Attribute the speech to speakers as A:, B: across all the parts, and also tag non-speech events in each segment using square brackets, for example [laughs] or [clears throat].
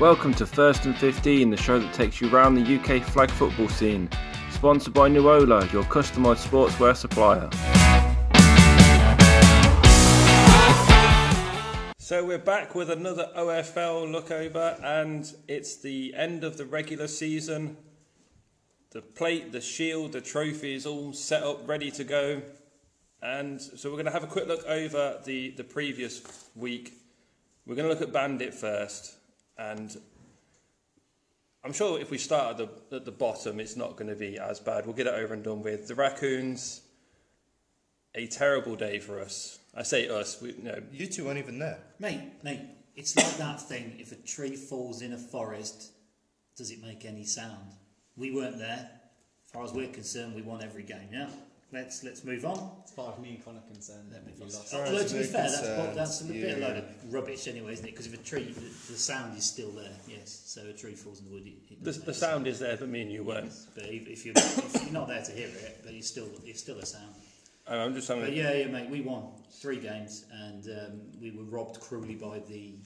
A: Welcome to First and 15, the show that takes you round the UK flag football scene. Sponsored by Nuola, your customised sportswear supplier.
B: So we're back with another OFL lookover, and it's the end of the regular season. The plate, the shield, the trophy is all set up, ready to go. And so we're going to have a quick look over the, the previous week. We're going to look at Bandit first, and I'm sure if we start at the, at the bottom, it's not going to be as bad. We'll get it over and done with. The Raccoons, a terrible day for us. I say us, we, you know,
C: You two weren't even there.
D: Mate, mate, it's like that thing if a tree falls in a forest, does it make any sound? We weren't there. As far as we're concerned, we won every game, yeah? Let's let's move on.
E: As far as me and Connor concerned, then we lost.
D: Although, to be
C: we're
D: fair, that's, bo-
C: concerned,
D: that's a bit of
C: yeah.
D: a load of rubbish anyway, isn't it? Because if a tree, the, the sound is still there, yes. So a tree falls in the wood, it, it
B: The,
D: does make
B: the
D: a
B: sound is there, but me and you weren't.
D: But if, if, you're, if you're not there to hear it, but it's still, it's still a sound.
B: And I'm just having.
D: But yeah, yeah, mate, we won three games and um, we were robbed cruelly by the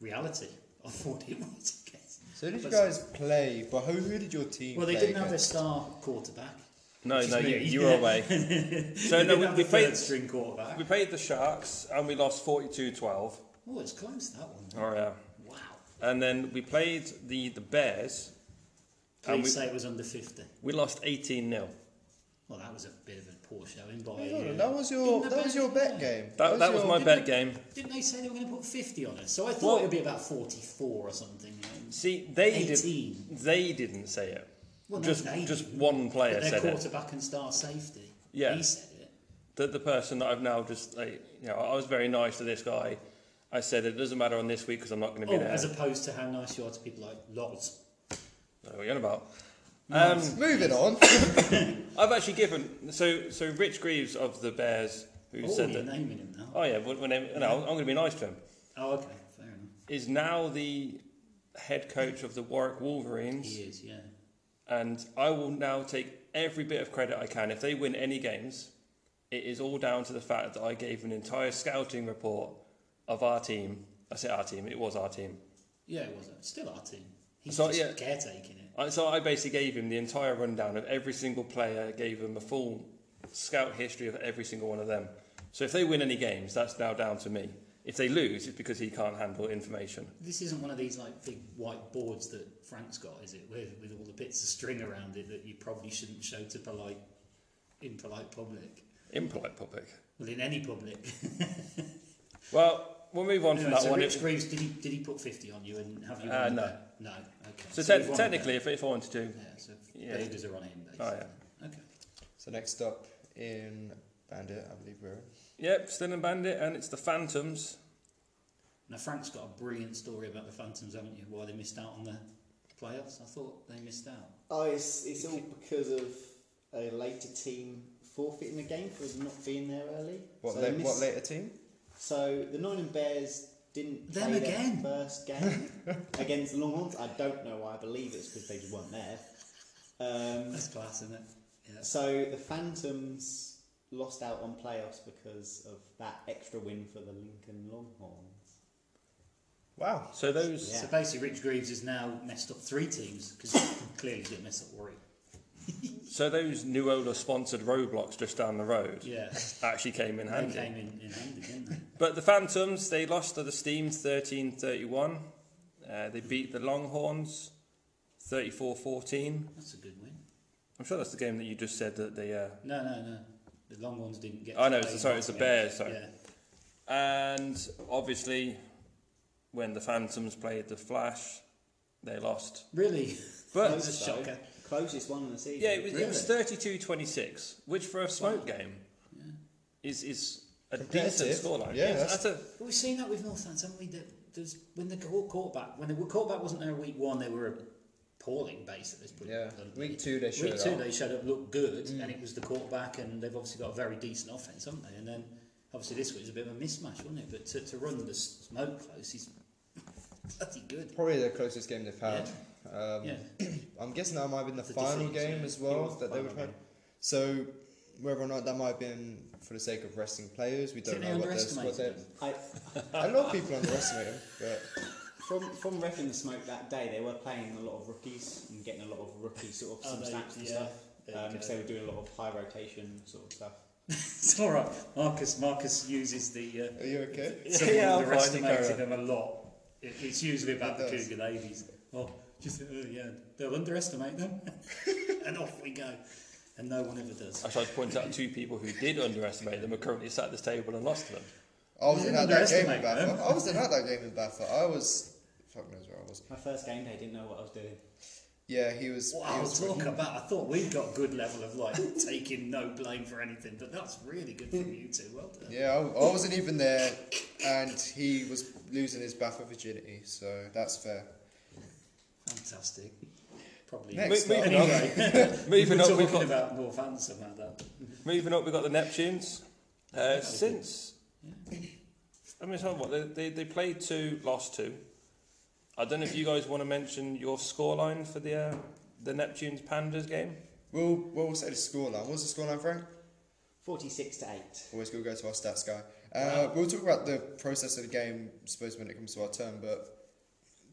D: reality of what it was, I guess.
C: So did you
D: But-
C: guys play? But who, who did your team?
D: Well, they
C: play
D: didn't have their
C: against?
D: star quarterback.
B: no,
D: Which is
B: no, you,
D: me.
B: you were
D: [laughs]
B: away. [laughs] so
D: they
B: no,
D: didn't
B: we,
D: have
B: we
D: the
B: played.
D: third string quarterback.
B: We played the Sharks and we lost 42-12.
D: Oh, it's close that one.
B: Oh yeah.
D: Wow.
B: And then we played the the Bears.
D: Please
B: we-
D: say it was under fifty.
B: We lost 18 0
D: Well, that was a bit of a poor showing by.
C: Hold
D: uh,
C: on, That was
D: didn't
C: your
D: the
C: that was
D: Bears
C: your bet
D: win?
C: game.
B: That that was
C: your-
B: my
D: didn't
B: bet
D: it-
B: game.
D: Didn't they say they were going to put fifty on us? So I thought
B: Well-
D: it would be about forty-four or something. you know.
B: See, they did.
D: 18.
B: They didn't say it.
D: Well, no,
B: just
D: they
B: just
D: didn't.
B: one player
D: But their
B: said it.
D: quarterback and star safety.
B: Yeah.
D: He said it.
B: The, the person that I've now just like, you know, I was very nice to this guy. I said it doesn't matter on this week because I'm not going to be
D: Oh,
B: there.
D: as opposed to how nice you are to people like Loz.
B: what are you on about? Um,
C: [laughs]
B: [laughs]
C: Moving on.
B: I've actually given so so Rich Greaves of the Bears who
D: Oh,
B: said
D: you're
B: that
D: naming him now.
B: oh yeah when, when they- no, I'm going to be nice to him
D: Oh, okay, fair enough.
B: is now the head coach of the Warwick Wolverines
D: He is, yeah.
B: and I will now take every bit of credit I can if they win any games it is all down to the fact that I gave an entire scouting report of our team I say our team it was our team
D: Yeah, it was. Still our team. He's
B: So,
D: just
B: yeah.
D: caretaking it.
B: I- so I basically gave him the entire rundown of every single player gave him a full scout history of every single one of them so if they win any games that's now down to me if they lose it's because he can't handle information
D: This isn't one of these like big white boards that Frank's got, is it? With, with all the bits of string around it that you probably shouldn't show to polite, impolite public.
B: impolite public
D: Well, in any public. [laughs]
B: Well, we'll move on
D: Anyway,
B: from that
D: so
B: one.
D: Rich
B: It,
D: Greaves, did he did he put fifty on you and have you?
B: Uh,
D: won
B: no.
D: the- no. Okay.
B: so
D: you've
B: te-
D: won the
B: technically,
D: bet.
B: if, if I wanted to,
D: yeah. So
B: Yeah.
D: Raiders are on him. Basically.
B: Oh,
D: Okay.
C: so next up in Bandit, I believe we're. in.
B: yep, still in Bandit, and it's the Phantoms.
D: Now Frank's got a brilliant story about the Phantoms, haven't you? Why they missed out on the playoffs? I thought they missed out.
E: Oh, it's, it's all because of a later team forfeiting the game for not being there early.
C: What,
E: so,
C: la-
E: they missed-
C: what later team?
E: so the Nottingham Bears didn't
D: Them
E: play
D: again.
E: their first game
D: [laughs]
E: against the Longhorns. I don't know why. I believe it's because they just weren't there. Um,
D: That's class, isn't it? Yeah.
E: so the Phantoms lost out on playoffs because of that extra win for the Lincoln Longhorns.
C: Wow.
B: So those.
E: Yeah.
D: So basically, Rich Greaves has now messed up three teams because clearly he's going to mess up Warwick.
B: So those Nuola sponsored roadblocks just down the road [laughs]
D: Yeah,
B: actually came in
D: they
B: handy.
D: came in, in handy, didn't they?
B: But the Phantoms, they lost to the Steam 13 31. Uh, they beat the Longhorns 34 14.
D: That's a good win.
B: I'm sure that's the game that you just said that they. Uh,
D: No, no, no. The long ones didn't get.
B: Oh,
D: to
B: no,
D: play
B: it's- sorry, it's the
D: much.
B: Bears, sorry.
D: Yeah.
B: And obviously, when the Phantoms played the Flash, they lost.
D: Really, [laughs] that
B: But
D: was a
E: So,
D: shocker.
E: Closest one in the season.
B: Yeah, it was, it was
E: Really?
B: 32 26, which for a smoke game is, is a decent
C: Competitive.
B: scoreline.
C: Yeah,
B: Yes,
C: that's-
B: that's a,
D: But we've seen that with Northants, haven't we? That there's when the court- quarterback when the quarterback wasn't there week one, they were appalling. Basically, let's put it
C: Yeah.
D: bluntly.
C: Week two they showed
D: Week two,
C: up. Mm.
D: they showed up, looked good, and it was the quarterback, and they've obviously got a very decent offense, haven't they? And then obviously this week was a bit of a mismatch, wasn't it? But to, to run the smoke close is bloody good.
C: Probably the closest game they've had. Um,
D: Yeah,
C: I'm guessing that might have been the
D: The
C: final
D: defeat,
C: game
D: yeah.
C: as
D: It
C: well
D: was the
C: that they would
D: final
C: have.
D: game.
C: So whether or not that might have been for the sake of resting players, we don't
D: Didn't they
C: know what the
D: underestimate
C: squad they.
D: them?
E: I,
C: A lot of people underestimate them, but
E: From from refing the smoke that day, they were playing a lot of rookies and getting a lot of rookie sort of
D: Oh,
E: some
D: they-
E: snaps and
D: yeah,
E: stuff.
D: there you
E: Um,
D: go.
E: so they were doing a lot of high rotation sort of stuff.
D: [laughs] It's all right. Marcus Marcus uses the uh,
C: Are you okay? [laughs]
D: Someone
C: Yeah, I'm fine,
D: underestimated
C: Nicola.
D: them a lot. It, it's usually about
C: It
D: the
C: does.
D: Cougar ladies. Oh, just uh, yeah, they'll underestimate them, [laughs] and off we go. And no one ever does.
B: I tried to point out two people who did underestimate them are currently sat at this table and lost to them.
C: I wasn't at that game in
D: Underestimate them.
C: Bath. I wasn't at that game in Bath. I was. Fuck knows where I was.
E: My first game day, didn't know what I was doing.
C: Yeah, he was. he
D: Wow,
C: was
D: talk
C: wicked.
D: about! I thought we would got good level of like [laughs] taking no blame for anything, but that's really good from you two. Well done.
C: Yeah, I, I wasn't even there, and he was losing his Bath virginity, so that's fair.
D: Fantastic. Probably.
C: Next.
B: Mo- moving up,
D: Anyway, [laughs]
B: moving
D: we're
B: up, we've
D: talking
B: got
D: about Northampton about that.
B: Moving up, we've got the Neptunes. Uh, since, I mean, tell you what, they, they, they played two, lost two. I don't know if you guys want to mention your scoreline for the uh, the Neptunes Pandas game.
C: We'll, we'll say the scoreline. What's the scoreline, Frank?
E: Forty-six to eight.
C: Always good to go to our stats guy. Uh, We'll talk about the process of the game, I suppose, when it comes to our turn, but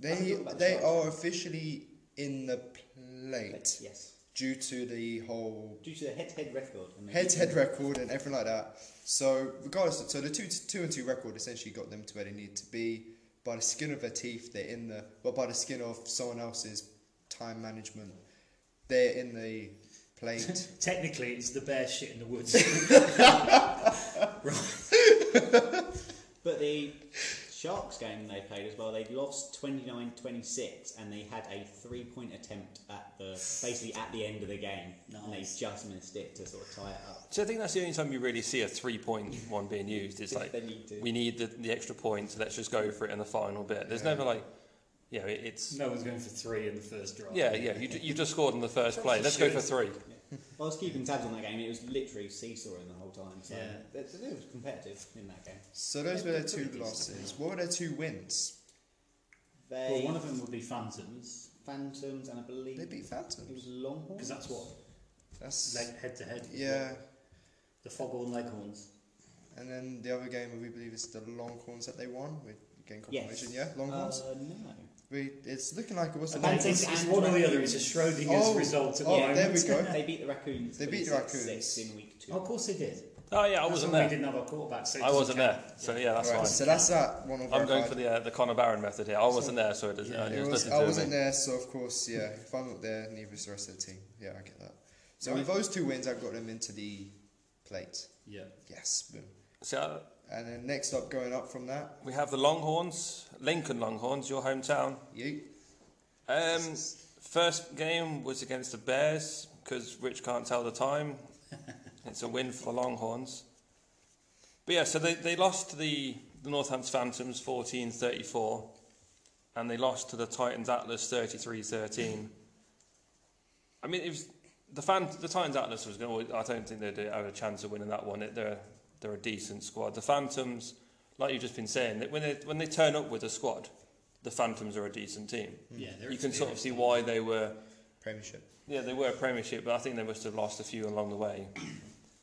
E: Haven't
C: they,
E: thought about the
C: they
E: scoreline.
C: are officially in the plate
E: Yes.
C: due to the whole
E: Due to the head-to-head record. and they-
C: head to head record and everything like that. So regardless, of, so the two two and two record essentially got them to where they need to be by the skin of their teeth. They're in the well by the skin of someone else's time management. They're in the plate.
D: Technically, it's the bear shit in the woods. [laughs]
E: But the Sharks game they played as well, they lost 29-26 and they had a three-point attempt at the basically at the end of the game. And they
D: Nice.
E: just missed it to sort of tie it up.
B: So I think that's the only time you really see a three point one being used. It's
E: If
B: like
E: they need to.
B: we need the, the extra points. Let's just go for it in the final bit. There's
C: Yeah.
B: never like, yeah, it, it's
D: no one's going for three in the first drive.
B: yeah, yeah. You ju- you just scored in the first play. Let's go for three.
E: I was keeping tabs on that game. It was literally seesawing the whole time. So
D: Yeah.
E: it, it was competitive in that game.
C: so those were their two losses. What were their two wins?
E: They
D: Well, one of them would be Phantoms.
E: Phantoms and I believe
C: They beat
E: it was
C: Phantoms.
E: Longhorns.
D: Because that's what
C: That's
D: leg, head to head.
C: yeah.
D: The Foghorn Leghorns.
C: And then the other game we believe is the Longhorns that they won. We gain
E: Yes.
C: confirmation. Yeah, Longhorns.
E: Uh, no.
C: we, it's looking like it was the
E: Okay.
C: Longhorns.
D: It's, it's one or the other. It's a Schrodinger's
C: Oh,
D: result at
C: Oh,
D: the moment.
C: there we go.
E: [laughs] They beat the Raccoons.
C: They beat the
E: 26
C: Raccoons.
E: in week two.
D: Oh, of course they did.
B: Oh yeah, I
D: That's
B: wasn't
D: when
B: there.
D: We didn't have our quarterback. So it
B: I
D: doesn't
B: wasn't
D: count.
B: there. So yeah, that's
C: right,
B: fine.
C: so that's that one.
B: I'm going
C: verified.
B: for the uh, the Conor Barron method here. I wasn't there, so it doesn't.
D: Yeah,
B: uh,
C: It
B: there's
C: was-
B: nothing to
C: I
B: do with
C: wasn't
B: me.
C: there, so of course, yeah. If I'm not there, neither is the rest of the team. Yeah, I get that. So with
D: Right.
C: those two wins, I've got them into the plate.
D: Yeah.
C: Yes, boom.
B: So uh,
C: And then next up, going up from that,
B: we have the Longhorns, Lincoln Longhorns, your hometown.
C: you.
B: Um, first game was against the Bears because Rich can't tell the time. it's a win for the Longhorns. But yeah, so they, they lost to the, the Northants Phantoms 14 34, and they lost to the Titans Atlas 33 13. I mean, it was, the, fan, the Titans Atlas was going to, I don't think they'd have a chance of winning that one. It- They're, they're a decent squad. The Phantoms, like you've just been saying, that when they, when they turn up with a squad, the Phantoms are a decent team
C: Hmm.
D: Yeah. they're
B: you can sort of
D: experienced.
B: see why they were.
C: Premiership.
B: Yeah, they were a premiership, but I think they must have lost a few along the way.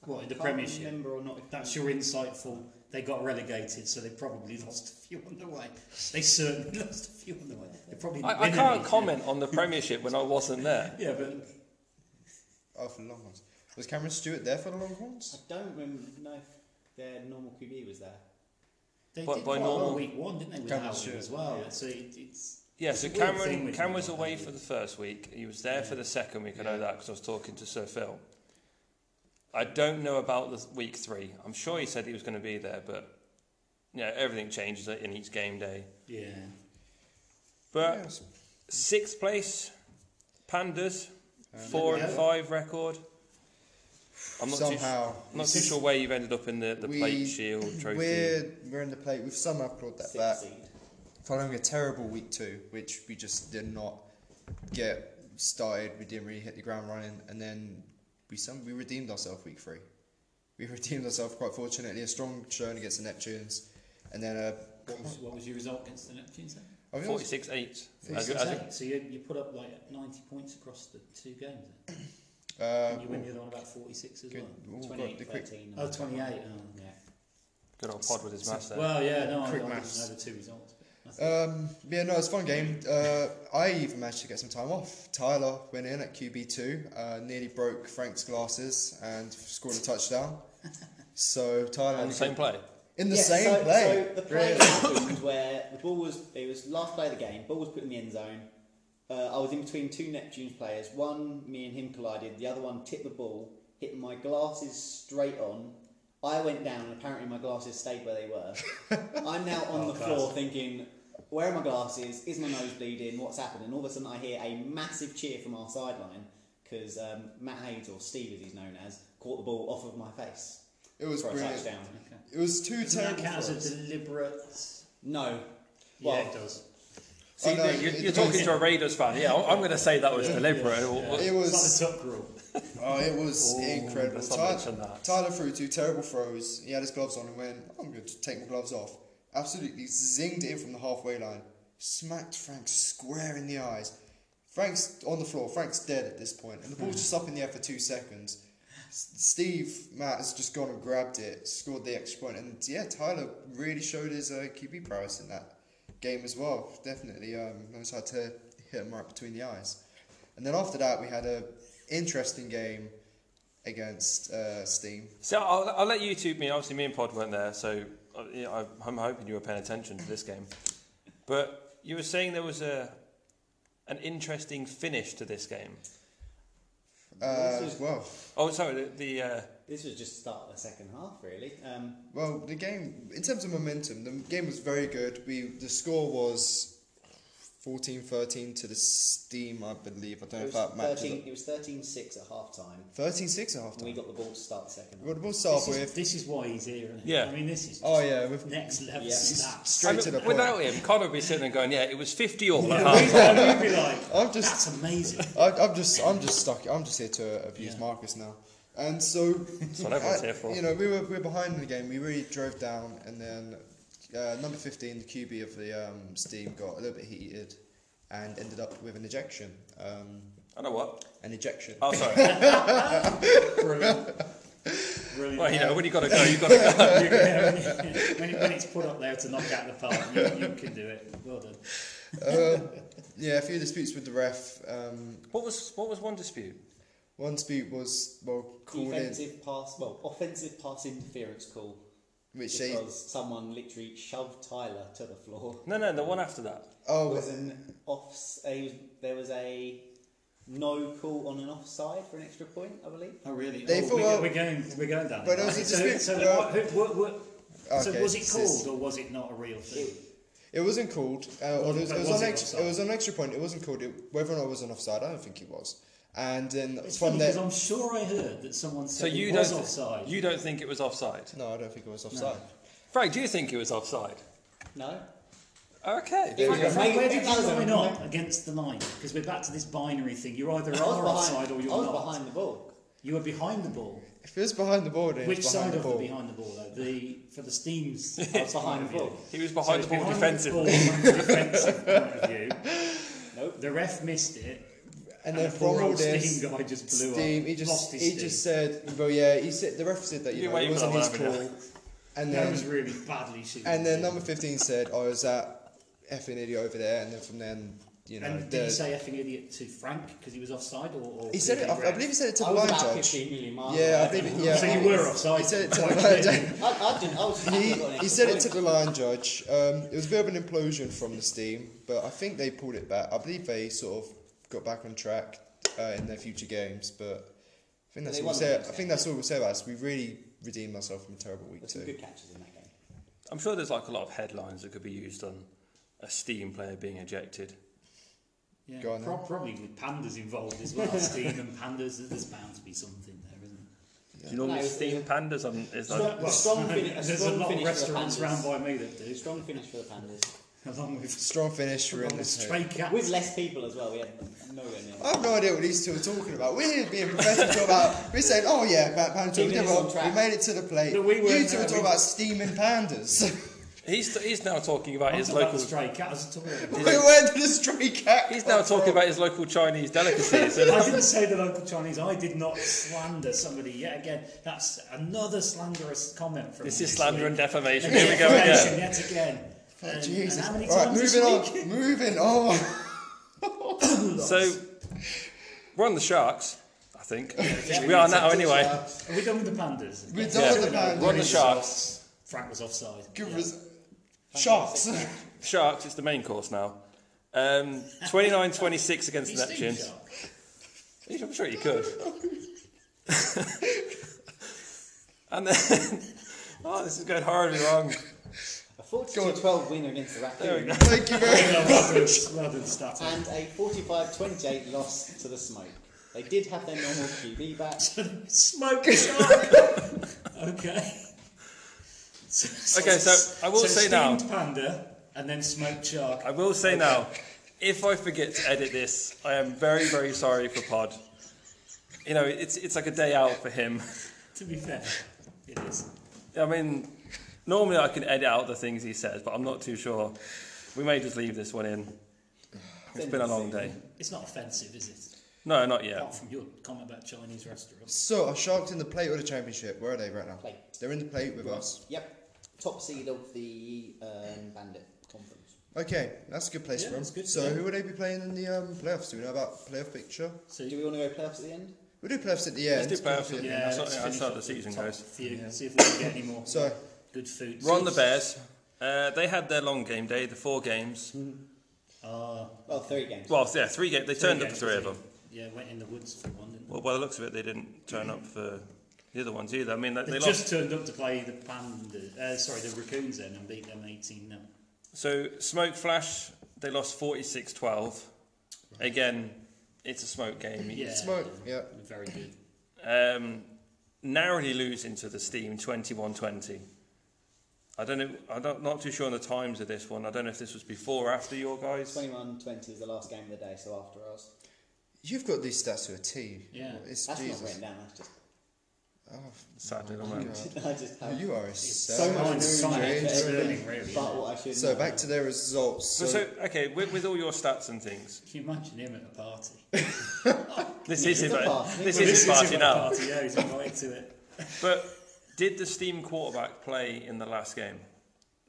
D: What in the
E: Can't
D: Premiership?
E: remember or not if
D: That's your insightful. They got relegated, so they probably lost a few on the way. They certainly [laughs] lost a few on the way. They probably. didn't
B: I, I
D: win
B: can't
D: any.
B: comment on the premiership when I wasn't there.
D: Yeah, but
C: Oh, for the Longhorns. Was Cameron Stewart there for the Longhorns?
E: I don't remember no, if their normal QB was there.
D: they
B: By-
D: did
B: by
D: quite well
B: normal-
D: week one, didn't they? With
C: Cameron
D: Howard
C: Stewart.
D: as well.
E: Yeah.
D: So it, it's.
B: Yeah,
D: It's
B: so
D: a weird thing
B: Cameron
D: with
B: Cam
D: him,
B: was
D: I
B: away
D: think.
B: for the first week. He was there for the second week. I know
C: Yeah.
B: that because I was talking to Sir Phil. I don't know about the week three. I'm sure he said he was going to be there, but yeah, everything changes in each game day.
D: Yeah.
B: But
C: Yes.
B: sixth place, Pandas,
C: Um,
B: four and
D: yeah.
B: five record. I'm not too
C: somehow
B: I'm not too sure where you've ended up in the, the
C: We-
B: plate shield trophy.
C: we're we're in the plate. We've somehow clawed that Oh,
E: Six
C: back.
E: seed.
C: following a terrible week two, which we just did not get started. We didn't really hit the ground running, and then we some we redeemed ourselves week three. We [laughs] redeemed ourselves quite fortunately. A strong showing against the Neptunes, and then a
D: What was, what was your result against the Neptunes? Then?
C: I think it was-
B: 46 8.
D: As I say, so you, you put up like 90 points across the two games. then?
C: uh,
D: And you win the other one about 46 as
C: good. Oh,
D: well.
C: God,
E: 28,
C: the quick,
E: 13.
D: Oh, 28. Oh,
E: Yeah.
D: yeah.
B: Good old pod with his master.
D: Well, yeah, no, I, I
C: Quick
D: didn't
C: maths.
D: know the two results. but I
C: Um, yeah, no, it's a fun game. Uh, I even managed to get some time off. Tyler went in at QB2, uh, nearly broke Frank's glasses and scored a touchdown. So Tyler
B: On the same play.
C: in the
E: Yeah,
C: same
E: so,
C: play.
E: So the play
C: Really.
E: happened where the ball was it was last play of the game. Ball was put in the end zone. Uh, I was in between two Neptunes players. One, me and him collided. The other one tipped the ball, hit my glasses straight on. I went down, and apparently my glasses stayed where they
C: [laughs]
E: were. I'm now on
C: Oh,
E: the floor thinking, where are my glasses? Is my nose bleeding? What's happened? And all of a sudden, I hear a massive cheer from our sideline because um, Matt Hayes, or Steve as he's known as, caught the ball off of my face
C: It was
E: for a
C: brilliant.
E: touchdown.
C: It was too
D: Doesn't that
C: terrible.
D: count
C: for
D: as
C: us.
D: a deliberate?
E: No.
D: yeah,
E: Well,
D: it does.
B: See,
C: Oh, no,
B: you're,
C: it
B: you're talking
C: was-
B: to a Raiders fan. Yeah, I'm going to say that was Oh, deliberate. What-
C: It
D: It's
C: was.
D: like the tuck rule.
C: Oh, it was incredible.
B: let's not
C: Tyler,
B: mention that.
C: Tyler threw two terrible throws. He had his gloves on and went, I'm going to take my gloves off. Absolutely zinged it in from the halfway line. Smacked Frank square in the eyes. Frank's on the floor. Frank's dead at this point, And the ball's just up in the air for two seconds. S- Steve Matt has just gone and grabbed it, scored the extra point, and yeah, Tyler really showed his uh, QB prowess in that game as well. Definitely um, knows how to hit him right between the eyes. And then after that, we had a interesting game against uh, Steam.
B: So I'll, I'll let you two. Me, obviously, me and Pod weren't there, so uh, yeah, I, I'm hoping you were paying attention to this game. But you were saying there was a an interesting finish to this game.
C: Uh,
E: This was-
C: well,
B: Oh, sorry, the, the uh,
E: This was just the start of the second half, really. Um,
C: well, the game in terms of momentum, the game was very good. We the score was 14-13 to the Steam, I believe. I don't
E: it,
C: know if
E: was
C: that matches.
E: 13, it was 13 6 at half time.
C: 13-6 at half
E: And we
C: time.
E: got the ball to start the second half.
C: Well, we'll start
D: This
C: with.
D: is, this is why he's here. Isn't it?
B: Yeah.
D: I mean, this is
C: Oh yeah, with
D: next level
E: Yeah.
D: stats.
C: straight to the point.
B: without him, Connor would be sitting there going, "Yeah, it was 50 all at
C: [laughs]
B: half."
D: Yeah, we'd be like,
C: I'm just,
D: that's amazing.
C: [laughs] I, I'm just, I'm just stuck. I'm just here to abuse
D: Yeah.
C: Marcus now. And so,
B: what everyone's
C: uh,
B: here for.
C: [laughs] you know, we were, we were behind in the game. We really drove down, and then uh, number 15, the QB of the um, Steam, got a little bit heated, and ended up with an ejection. Um,
B: I know what.
C: an ejection.
B: Oh, sorry. [laughs]
D: Brilliant. Brilliant.
B: well, you know, when you got to go, you got to go.
D: You- yeah, when, you- when it- when it's put up there to knock out the park, you, you can do it. Well done.
C: Yeah, a few disputes with the ref. Um,
B: What was what was one dispute?
C: one dispute was well called in,
E: Defensive pass, well, offensive pass interference call.
C: which they.
E: Because someone literally shoved Tyler to the floor.
B: No, no, the one after that.
E: There
C: Oh,
E: was an off. A, there was a no call on an offside for an extra point, I believe.
D: Oh, really?
C: They
D: oh,
C: thought,
D: we're,
C: well-
D: we're going, we're going down.
C: But
D: there.
C: it was a
D: so,
C: dispute uh,
D: so,
C: about-
D: who- what- what- so
C: Okay,
D: was it
C: this
D: called
C: is-
D: or was it not a real thing?
C: It wasn't called. Uh, or it was,
D: but
C: it, was
D: was
C: an
D: it
C: ex-
D: offside?
C: it was an extra point. It wasn't called. It, whether or not it was an offside, I don't think it was. And then
D: It's
C: from
D: funny
C: there,
D: because I'm sure I heard that someone
B: So
D: said
B: you
D: it was
B: don't
D: offside.
B: you don't think it was offside?
C: no, I don't think it was offside.
B: Frank, do you think it was offside?
E: No?
B: Okay.
E: It was
D: Frank,
E: a
D: where did
E: it
D: you
E: was a-
D: line up against the line? Because we're back to this binary thing. You're
C: [laughs]
D: either
E: I was
D: are offside
E: behind,
D: or you're
E: I was
D: not.
E: behind the ball.
D: You were behind the ball.
C: If it was behind the ball, then it
D: Which
C: was behind
D: side
C: the
D: of
C: ball.
D: the behind the ball though? The for
B: [laughs]
D: the steams
E: I was behind the ball.
B: He was behind
D: So
B: the ball
D: it's
B: defensively.
D: behind the ball from a defensive point of view.
E: Nope.
D: The ref missed it,
C: and
D: and,
C: then
D: the
C: from
D: poor
C: all
D: old
C: this,
D: steam guy just blew
C: Steam,
D: up.
C: he just
D: lost his
C: he
D: steam.
C: just said, well, yeah, he said the ref said that you
B: You
C: know, it
B: wait for
C: wasn't his
B: that one,
C: call.
B: haven't
C: And
D: That was
C: then
D: really badly shooting.
C: um, and then number fifteen said, oh, is that effing idiot over there? And then from then, you know,
D: and
C: the-
D: did he say effing idiot to Frank because he was offside, or, or
C: he said
D: did
C: it. I, I
D: ref?
C: believe he said it to
E: I
C: the
E: was
C: line
E: about
C: judge.
E: 15 million miles away.
C: Yeah, I believe. Yeah,
D: So you
C: he-
D: were offside.
C: He said it to
D: [laughs]
C: the
D: Quite
C: line
D: clearly.
C: judge.
E: I, I didn't. I was just
C: he,
E: happy I got an
C: he
E: extra
C: said it
E: point.
C: took the line judge. Um, it was a bit of an implosion from the steam, but I think they pulled it back. I believe they sort of got back on track uh, in their future games, but I think that's
E: They
C: all we'll
E: won
C: say.
E: the
C: I
E: next
C: think
E: game.
C: that's all we'll say about us. We really redeemed ourselves from a terrible week
E: There's some
C: two.
E: good catches in that game.
B: I'm sure there's like a lot of headlines that could be used on a Steam player being ejected.
D: Yeah,
C: Go on
D: prob-
C: then.
D: probably with pandas involved
C: [laughs]
D: as well. Steam and pandas. There's bound to be something there, isn't there?
B: Do you normally
E: No,
B: Steam pandas on? Is that
E: Strong, strong finish. A
D: There's a
E: strong
D: lot of
E: finish
D: restaurants
E: for the
D: round
E: Pandas.
D: by me that do,
E: A strong finish for the Pandas.
D: along with
C: Strong finish, we're in
D: along with
C: this.
D: stray cats.
E: With less people as well. We had nowhere
C: I
E: near.
C: have no idea what these two are talking about. We're here being professional talking about. We're saying, oh yeah, Matt Panther, we,
E: Keeping
C: did
E: us
C: well.
E: on
C: we
E: track.
C: made it to the plate.
D: But we
C: you
D: weren't
C: two are
D: there,
C: talking
D: we-
C: about steaming pandas.
B: he's he's now talking about
D: I'm
B: his
D: talking about
B: local.
D: stray cats. I'm talking
C: [laughs] we
D: about-
C: went to the stray cat.
B: He's now talking about his local Chinese delicacies. [laughs] and-
D: I didn't say the local Chinese. I did not slander somebody yet again. That's another slanderous comment from
B: this
D: me
B: is slander and
D: week.
B: defamation. Here we go
D: Defamation
B: again.
D: Yet again.
C: Oh,
D: And-
C: Jesus.
D: and how many
C: All right,
D: times this
C: moving
D: week?
C: on. Moving on.
B: So we're on the sharks, I think. [laughs] we are now anyway.
D: Are we done with the pandas?
C: We're
D: Yeah.
C: done with the band.
B: We're on the sharks.
D: Frank was offside.
C: Good
D: Yeah.
C: res- Sharks.
B: Sharks is the main course now. Um, 29-26 against
D: He's
B: the
D: Steam
B: Neptunes.
D: Shark.
B: I'm sure you could. [laughs] and then, [laughs] oh, this is going horribly wrong.
E: A 42-12 win against the Raccoons.
C: [laughs] Thank you very
D: Well
C: [laughs]
D: done, well done, Stato.
E: and a 45-28 loss to the Smoke. They did have their normal QB back.
D: Smoke shark. [laughs] okay. So,
B: Okay, so I will say now-
D: steamed panda and then smoke shark.
B: I will say now, if I forget to edit this, I am very, very sorry for Pod. You know, it's, it's like a day out for him.
D: To be fair, it is.
B: I mean, normally I can edit out the things he says, but I'm not too sure. We may just leave this one in. It's been a long day.
D: It's not offensive, is it?
B: No, not yet.
D: Apart from your comment about Chinese restaurants.
C: So, are Sharks in the plate or the championship? Where are they right now?
E: Plate.
C: They're in the plate with us.
E: Yep, top seed of the um, Bandit Conference.
C: Okay, that's a good place
D: Yeah,
C: for them.
D: that's good for
C: so,
D: them.
C: who would they be playing in the um, playoffs? Do we know about playoff picture?
D: So
E: Do we want to go playoffs at the end?
C: We do playoffs at the end.
B: do playoffs at the
D: yeah,
B: Yeah, that's
D: let's
B: how- that's
D: finish
B: how
D: up
B: the season
D: top
B: goes.
D: Few, See if we can get any more
C: So,
D: good food.
B: We're on the Bears. Uh, they had their long game day, the four games.
D: Ah,
E: Well, three games.
B: Well, yeah, three games. They turned up
D: games,
B: for three of
D: didn't
B: them.
D: they? Yeah, went in the woods for one, didn't they?
B: Well, by the looks of it, they didn't turn up for the other ones either. I mean, they,
D: They,
B: they lost.
D: just turned up to play the panda. Uh, sorry, the raccoons then and beat them 18 0.
B: So, Smoke Flash, they lost 46 12. Again, it's a smoke game.
D: Yeah.
C: Smoke, yeah.
D: Very good.
B: um, narrowly losing to the Steam 21-20. I don't know. I'm not, not too sure on the times of this one. I don't know if this was before or after your guys.
E: 21-20 is the last game of the day, so after us.
C: you've got these stats to a T.
D: Yeah.
C: It's
E: That's not
C: Jesus.
E: written down, that's just...
B: Sadly, I don't know.
E: I just [laughs] have
C: You are a
E: so
C: so
E: much
D: Sonic,
E: room
D: it's
E: for
D: really,
E: everything
D: really,
E: but
D: yeah.
E: what I should
C: So,
E: know.
C: back to their results.
B: So,
C: So,
B: so okay, with, with all your stats and things,
D: Can you imagine him at a party?
B: this is his,
E: a party.
B: this
D: [laughs] Well,
B: is his
D: him
B: party
D: at a
B: now.
D: Party, yeah, he's invited to it.
B: But did the Steam quarterback play in the last game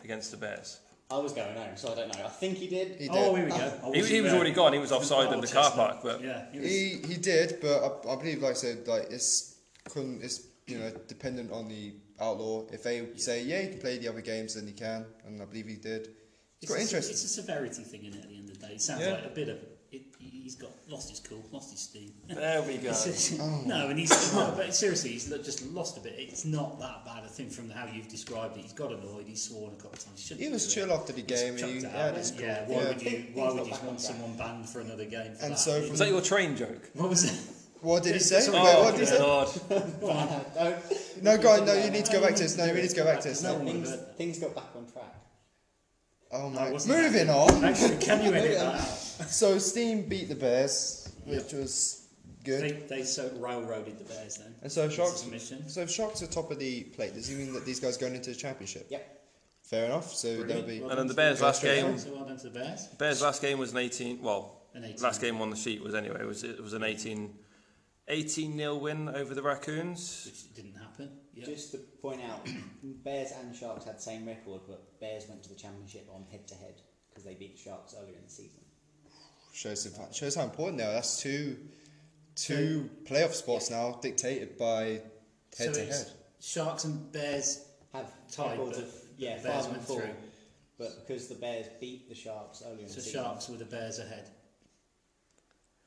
B: against the Bears?
E: I was going home, so I don't know. I think he did.
C: he did.
D: Oh, here we go. I
B: He, he
D: wasn't
B: was
D: there.
B: already gone. He was offside
D: Oh,
B: of the car
D: Chestnut.
B: park. But
D: yeah, he was,
C: He he did, but I, I believe, like I said, like it's couldn't it's you know dependent on the outlaw. If they say yeah, he can play the other games, then he can, and I believe he did. It's quite
D: a-
C: interesting.
D: It's a severity thing, in at the end of the day. It sounds
B: Yeah.
D: like a bit of. It, he's got lost his cool, lost his steam. [laughs]
B: there we go.
C: Oh.
D: no, and he's no, but seriously, he's lo- just lost a bit. It's not that bad a thing from how you've described it. He's got annoyed. He's sworn a couple of times. shouldn't
C: He was
D: do it.
C: chill after the
D: He's
C: game. and
D: chucked
C: he,
D: it out.
C: yeah, that's cool.
D: Yeah, why
C: Yeah.
D: would you?
E: Think-
D: Why
E: things
D: would
E: got
D: you
E: back on
D: want
E: track.
D: someone banned for another game? For
C: And
D: that?
C: so from-
B: Was that your train joke?
D: what was it?
C: What did he
D: Yeah,
C: say?
D: sorry.
C: Wait,
B: Oh
C: what did he say?
B: God!
E: No,
C: [laughs] No, go on, no, you need to go back to this. No, you need to go back to this.
D: No.
E: things, things got back on track.
C: Oh
D: No,
C: my!
D: it wasn't
C: Moving
D: that.
C: on.
D: Actually, can you
C: [laughs]
D: edit that out?
C: So Steam beat the Bears, which was
D: They,
C: good.
D: they so railroaded the Bears then.
C: And so Sharks.
D: Submission.
C: So Sharks are top of the plate. Does he mean that these guys going into the championship?
E: Yep.
C: Fair enough. So they'll
D: Brilliant.
C: be.
B: And
D: Well
B: then
D: done
B: the
D: to
B: Bears last
D: Bears.
B: game.
D: So well done to the Bears.
B: Bears last game was an 18. Well,
D: An 18.
B: last game on the sheet was anyway was it was an 18 18 nil win over the raccoons
D: Which didn't happen. Yeah.
E: Just to point out, [clears throat] Bears and Sharks had the same record, but Bears went to the championship on head to head because they beat Sharks earlier in the season.
C: shows the- shows how important they are. That's two two playoff spots now dictated by head
D: so
C: to
D: it's
C: head.
D: Sharks and Bears.
E: Have
D: Tied,
E: records
D: but
E: of yeah
D: the Bears
E: five and
D: went
E: four,
D: through.
E: but because the Bears beat the Sharks earlier in
D: So
E: the season,
D: Sharks with the Bears ahead.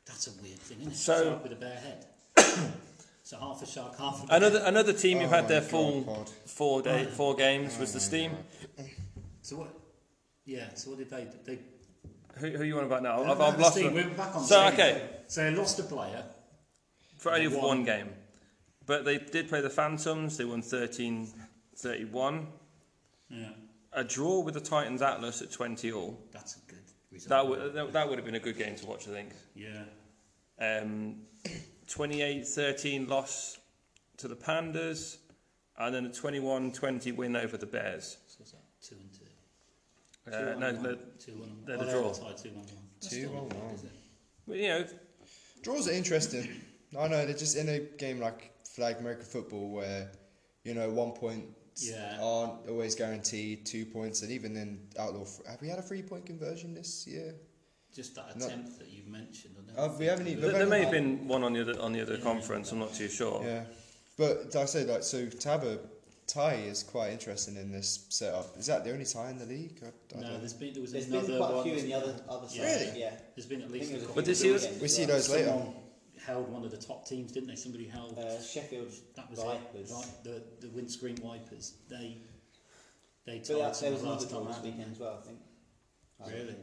D: That's a weird thing, isn't it?
B: So-
D: Shark with a bare head.
C: [coughs]
D: so half a shark, half a bear.
B: another another team who
C: Oh
B: had their
C: my God,
B: full
C: Oh Pod.
B: four day four games was the steam
D: So what? Yeah. So what did they? They.
B: who, who you on about now
D: No,
B: i've,
D: no,
B: I've lost
D: Steve,
B: one.
D: We're back on
B: so
D: the same.
B: okay
D: So they lost a player.
B: for only
D: They
B: one.
D: won.
B: game but they did play the phantoms they won 13 31
D: Yeah.
B: a draw with the titans atlas at 20 all
D: That's a good result.
B: that would that, that would have been a good game to watch i think
D: Yeah.
B: um, 28-13 loss to the pandas and then a 21-20 win over the bears
D: So what's that? Two and two.
B: uh, no, no,
D: Two one.
B: They're
D: oh,
B: the draw.
D: Tied two one one. That's
C: Two
D: still not
C: one
D: bad,
C: one.
D: is it?
B: Well, you know,
C: Draws are interesting. I know they're just in a game like flag American football where you know one point
D: Yeah.
C: aren't always guaranteed two points, and even then, outlaw. fr- Have we had a three point conversion this year?
D: Just that
C: No.
D: attempt that you've mentioned. I don't
C: Uh, we
D: think
C: haven't
D: it
C: even-
D: was-
B: There, there may have been one on the other on the other
D: Yeah.
B: conference. I'm not too sure.
C: Yeah, but I say like so. Taba tie is quite interesting in this setup. Is that the only tie in the league? I, I
D: No,
C: don't
D: there's been there was
E: There's been
D: another
E: quite a
D: one.
E: few in the other other side.
D: Yeah.
C: Really?
E: Yeah.
D: There's been at
E: I think
D: least.
E: it
D: A
E: was
D: couple
E: a few
B: But this
E: in the
B: is-
E: weekend
C: we
E: as
C: see
E: well.
C: those later.
D: someone held one of the top teams, didn't they? Somebody held.
E: Uh, Sheffield.
D: that was
E: Vipers.
D: it. Like the the windscreen wipers. They they
E: So
D: tied
E: that, there
D: someone
E: was another
D: last
E: top
D: time.
E: that
D: out.
E: weekend as well, I think.
D: Really?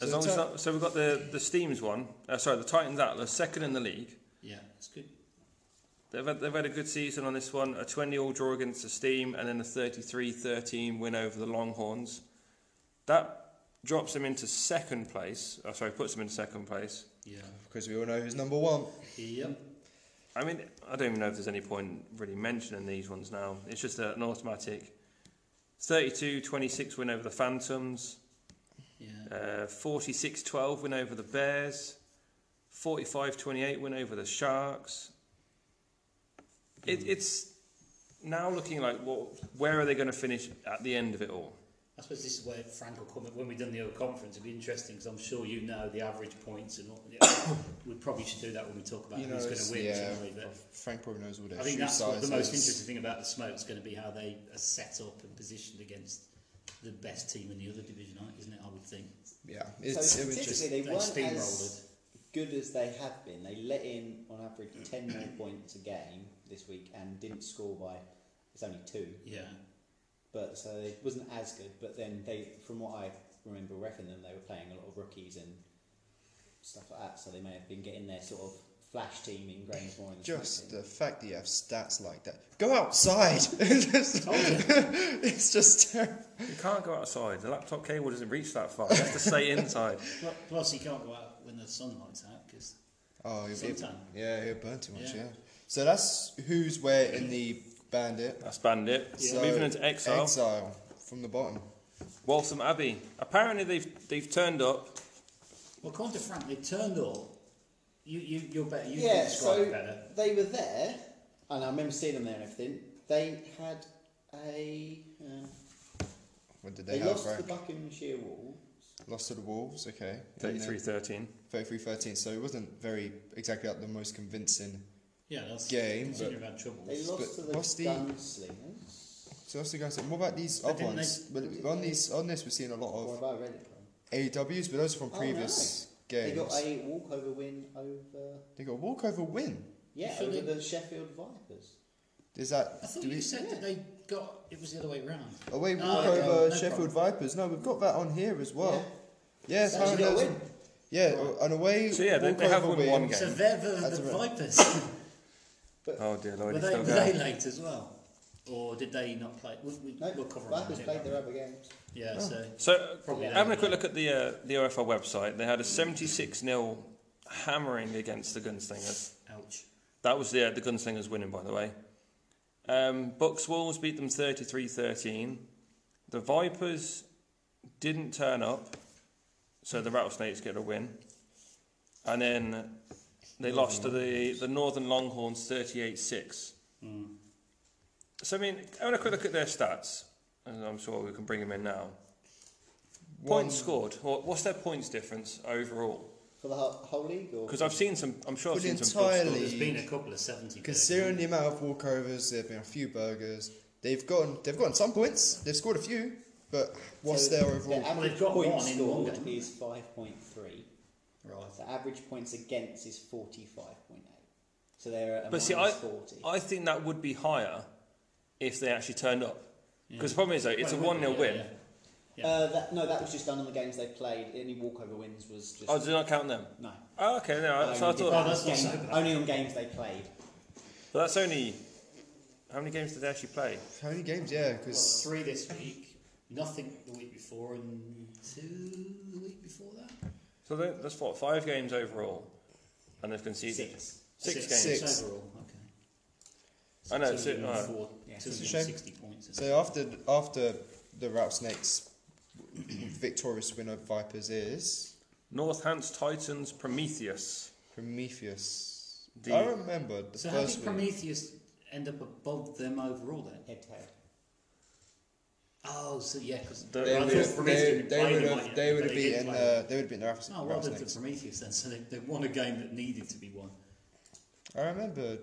B: As
C: So
B: long as
C: the-
B: that, so we've got the the Steams one. Uh, sorry, the Titans Atlas second in the league.
D: Yeah, it's good.
B: They've had, they've had a good season on this one. A 20 all draw against the Steam and then a 33 13 win over the Longhorns. That drops them into second place. Oh, sorry, puts them into second place.
D: Yeah.
C: because we all know who's number one.
D: Yep.
B: I mean, I don't even know if there's any point really mentioning these ones now. It's just a- an automatic 32 26 win over the Phantoms,
D: Yeah.
B: 46 12 win over the Bears, 45 28 win over the Sharks. It, it's now looking like what, where are they going to finish at the end of it all?
D: I suppose this is where Frank will come. When we've done the other conference, it'd be interesting because I'm sure you know the average points and what. Yeah, we probably should do that when we talk about
C: You know,
D: who's going
C: it's-
D: to win.
C: yeah,
D: shouldn't we? But
C: Frank probably knows all their
D: I think
C: shoe
D: that's what the
C: sizes.
D: most interesting thing about the smoke is going to be how they are set up and positioned against the best team in the other division, aren't- isn't it? I would think.
C: Yeah, it's
E: so
C: it was
E: statistically,
C: just
E: they
D: they steamrolled
E: weren't as good as they have been. They let in on average ten more points a game this week and didn't score by. It's only two,
D: Yeah,
E: but so it wasn't as good. But then they, from what I remember, reckon them they were playing a lot of rookies and stuff like that. So they may have been getting their sort of flash team in Grangemore. And
C: just uh,
E: stuff.
C: the fact that you have stats like that. Go outside. [laughs] it's just terrible.
B: You can't go outside. The laptop cable doesn't reach that far. You have to stay inside.
D: Pl- plus you can't go out when the sunlight's out because
C: Oh, it, it,
D: Sometime.
C: yeah, it burned too much.
D: Yeah.
C: Yeah. So that's who's where in the
B: [laughs]
C: bandit.
B: That's Bandit.
C: So
B: Moving into Exile.
C: Exile from the bottom.
B: Waltham Abbey. Apparently they've they've turned up.
D: well, according to Frank, they turned all. You you you're better. You can
E: yeah,
D: describe
E: so
D: it better.
E: they were there, and I remember seeing them there and everything. They had a. Um,
C: What did they,
E: they
C: have?
E: lost to the
C: Frank?
E: Buckinghamshire Wolves.
C: Lost to the Wolves. Okay. And then-
B: 33 13.
C: 33-13, so it wasn't very exactly like the most convincing.
D: Yeah, that's
C: Game,
D: Considering about trouble.
E: They lost
C: But
E: to the
C: what's the-
E: Gunslingers.
C: So that's the guys. What about these
D: But
C: other
D: didn't they-
C: ones? Well, on these on this, we're seeing a lot
E: What
C: of
E: about Reading?
C: AWs, E but those are from
E: Oh,
C: previous
E: They
C: games.
E: got a E walkover win over
C: They got a walkover win.
E: yeah
D: Should
E: over
D: they-
E: the Sheffield Vipers.
C: Is that
D: I thought
C: do
D: you
C: we-
D: said that they got it was the other way round.
E: Oh,
C: away
D: No,
C: walkover
D: okay, no
C: Sheffield Vipers? No, we've got that on here as well. Yeah,
E: They actually got a
C: apparently
E: win.
C: yeah, an away.
B: So yeah, they- they have
C: walkover
B: won
C: win.
B: one game.
D: So they're the,
C: That's
D: the
C: right.
D: Vipers.
B: [coughs] Oh dear lord,
D: were
B: it's
D: they,
B: still
D: were they
B: going.
D: late as well, or did they not play? We, we,
E: No,
D: we'll cover
E: Vipers
D: that.
E: played their other games.
B: Oh.
D: Yeah, so
B: So
D: Probably
B: having
D: not.
B: a quick look at the uh, the OFL website, they had a 76 0 hammering against the Gunslingers.
D: ouch.
B: That was the uh, the Gunslingers winning, by the way. Um, Bucks Wolves beat them 33 13. The Vipers didn't turn up, so the Rattlesnakes get a win. And then they lost to the, the Northern Longhorns 38 6. So, I mean, having a quick look at their stats, and I'm sure we can bring them in now.
C: One-
B: Points scored. What- What's their points difference overall?
E: For the whole, whole league or
B: Because I've seen some, I'm sure
C: For
B: I've
C: the
B: seen some points
C: entire
B: scored.
D: There's been a
C: league,
D: couple of seventy.
C: considering the amount of walkovers, there have been a few burgers. They've gotten they've gotten some points. They've scored a few, but what's
E: So
C: their
E: their
C: overall?
E: average
D: they've got
E: points
D: one in one
E: scored
D: game.
E: is five point three.
D: right.
E: The average points against is forty five point eight. So they're at a
B: But see, I,
E: minus forty.
B: I think that would be higher if they actually turned up. Because the problem is, though, it's
D: Well,
B: a
D: it
B: 1
D: would
B: 0
D: be,
B: win.
D: yeah, yeah.
E: Uh, that, no, that was just done on the games they played. Any walkover wins was just
B: Oh, did not count them?
E: no.
B: Oh, okay, no. so I
E: Only-
B: thought.
D: Oh, that's not
E: game-
D: so bad.
E: only on games they played.
B: But that's only. How many games did they actually play?
C: How many games? Yeah,
D: Well,
C: because
D: three this week, nothing the week before, and two the week before that.
B: So they- that's what, five games overall? And they've conceded.
E: Six.
B: Six
D: six
B: games.
C: Six.
D: overall. Okay.
B: I know, so- uh, alright.
E: Yeah.
D: Two
E: It's
C: a
D: hundred
C: shame.
D: and sixty points. isn't
B: uh,
C: so after after the Rattlesnakes' victorious win over Vipers is
B: North Hants Titans Prometheus.
C: Prometheus.
B: The-
C: I remember the
D: it? So how
C: first
D: did
C: win.
D: Prometheus end up above them overall then?
E: Head to head.
D: Oh, so yeah, because
B: They
C: They
B: I
C: would
B: thought
C: have, they, they would have, they would have beaten, uh, they would have beaten the Raps-
D: Oh, well done to
C: Rattlesnakes.
D: Prometheus then. So they, they won a game that needed to be won.
C: I remember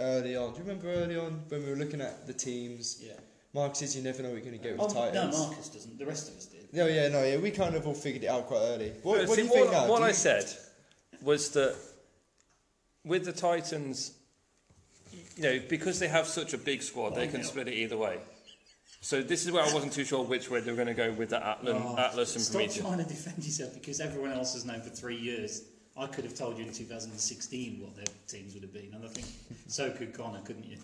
C: early on. Do you remember early on when we were looking at the teams?
D: Yeah.
C: Mark says you never know what you're going to get
D: Oh,
C: with
D: no,
C: Titans.
D: Marcus doesn't. The rest of us did.
C: No, yeah, no, yeah. We kind of all figured it out quite early. What,
B: But
C: what
B: see,
C: do you think
B: what,
C: now?
B: what
C: Do
B: I
C: you-
B: said was that with the Titans, you know, because they have such a big squad, they can split it either way. So this is where I wasn't too sure which way they were going to go with the Atlan,
D: Oh,
B: Atlas and
D: stop
B: Prometheus.
D: trying to defend yourself because everyone else has known for three years. I could have told you in 2016 what their teams would have been, and I think so could Connor, couldn't you?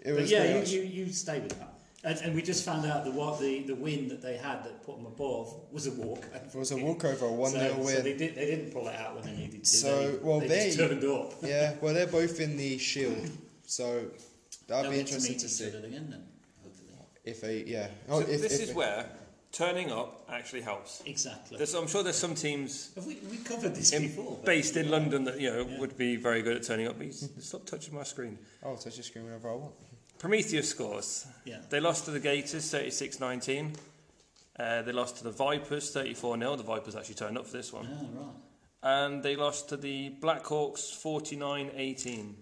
C: It
D: but
C: was
D: yeah,
C: pretty
D: you,
C: much-
D: you, you stay with that. And, and we just found out the, what the, the win that they had that put them above was a walk.
C: It was a walkover, a one
D: so,
C: 0
D: So
C: win.
D: they, did, they didn't pull it out when they needed to.
C: So,
D: they,
C: well,
D: just
C: they-
D: turned up.
C: [laughs] yeah, well, they're both in the
D: [laughs]
C: Shield, so that'd
D: They'll
C: be
D: get to
C: interesting
D: meet
C: to
D: each
C: see
D: other again then, hopefully.
C: if they, yeah.
B: So
C: Oh, if,
B: this
C: if,
B: is where turning up actually helps.
D: Exactly.
B: There's, I'm sure there's some teams
D: Have we, we covered this
B: in-
D: before? but-
B: based in
D: Yeah.
B: London that you know
D: Yeah.
B: would be very good at turning up. But you s- stop touching my screen.
C: I'll touch the screen whenever I want.
B: Prometheus scores.
D: Yeah.
B: They lost to the Gators 36 19. Uh, they lost to the Vipers 34 0. The Vipers actually turned up for this one.
D: Ah, right.
B: And they lost to the Blackhawks 49 18.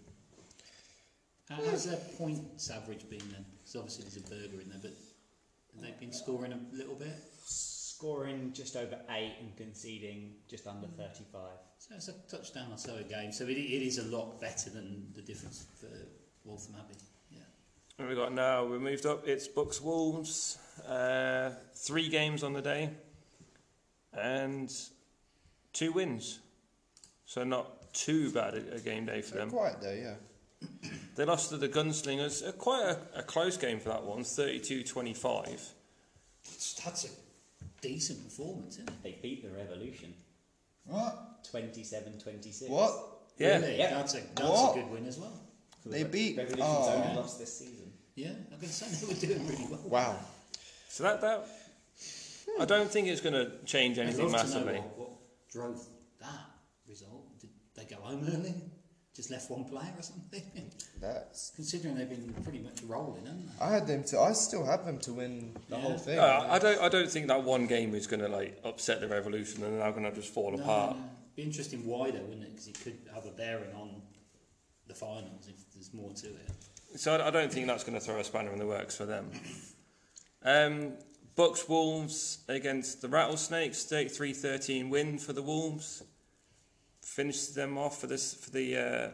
D: How- How's their points average been then? Because obviously there's a burger in there, but have they been scoring a little bit?
E: Scoring just over eight and conceding just under
C: Hmm.
E: 35.
D: So it's a touchdown or so a game. So it, it is a lot better than the difference for Waltham Abbey. Yeah.
B: What have we got now? We moved up. It's Bucks Wolves. Uh, three games on the day. And two wins. So not too bad a, a game day for
C: They're
B: them.
C: quiet though, yeah.
B: They lost to the Gunslingers. Uh, quite a, a close game for that one, 32 25.
D: That's- That's a decent performance, isn't it?
E: They beat the Revolution
C: What?
E: 27 26.
C: What?
B: Yeah.
D: Really?
E: Yeah.
D: That's, a, that's a
C: What?
D: good win as well.
C: They beat-
E: Revolution's
C: oh.
E: only lost this season.
D: Yeah, I'm going to say [laughs] they were doing really well.
C: Wow.
B: So that, that I don't think it's going to change
D: I'd
B: anything
D: love to know
B: massively.
D: what, what drove that result. Did they go home early? Just left one player or something? [laughs]
C: That's.
D: Considering they've been pretty much rolling, haven't they?
C: I had them to. I still have them to win the
D: Yeah.
C: whole thing.
B: Uh, I don't. I don't think that one game is going to like upset the revolution, and they're going to just fall apart.
D: Be interesting why though, wouldn't it? Because it could have a bearing on the finals if there's more to it.
B: So I, I don't think that's going to throw a spanner in the works for them. Um, Bucks Wolves against the Rattlesnakes, 33-13 win for the Wolves. Finished them off for this for the uh,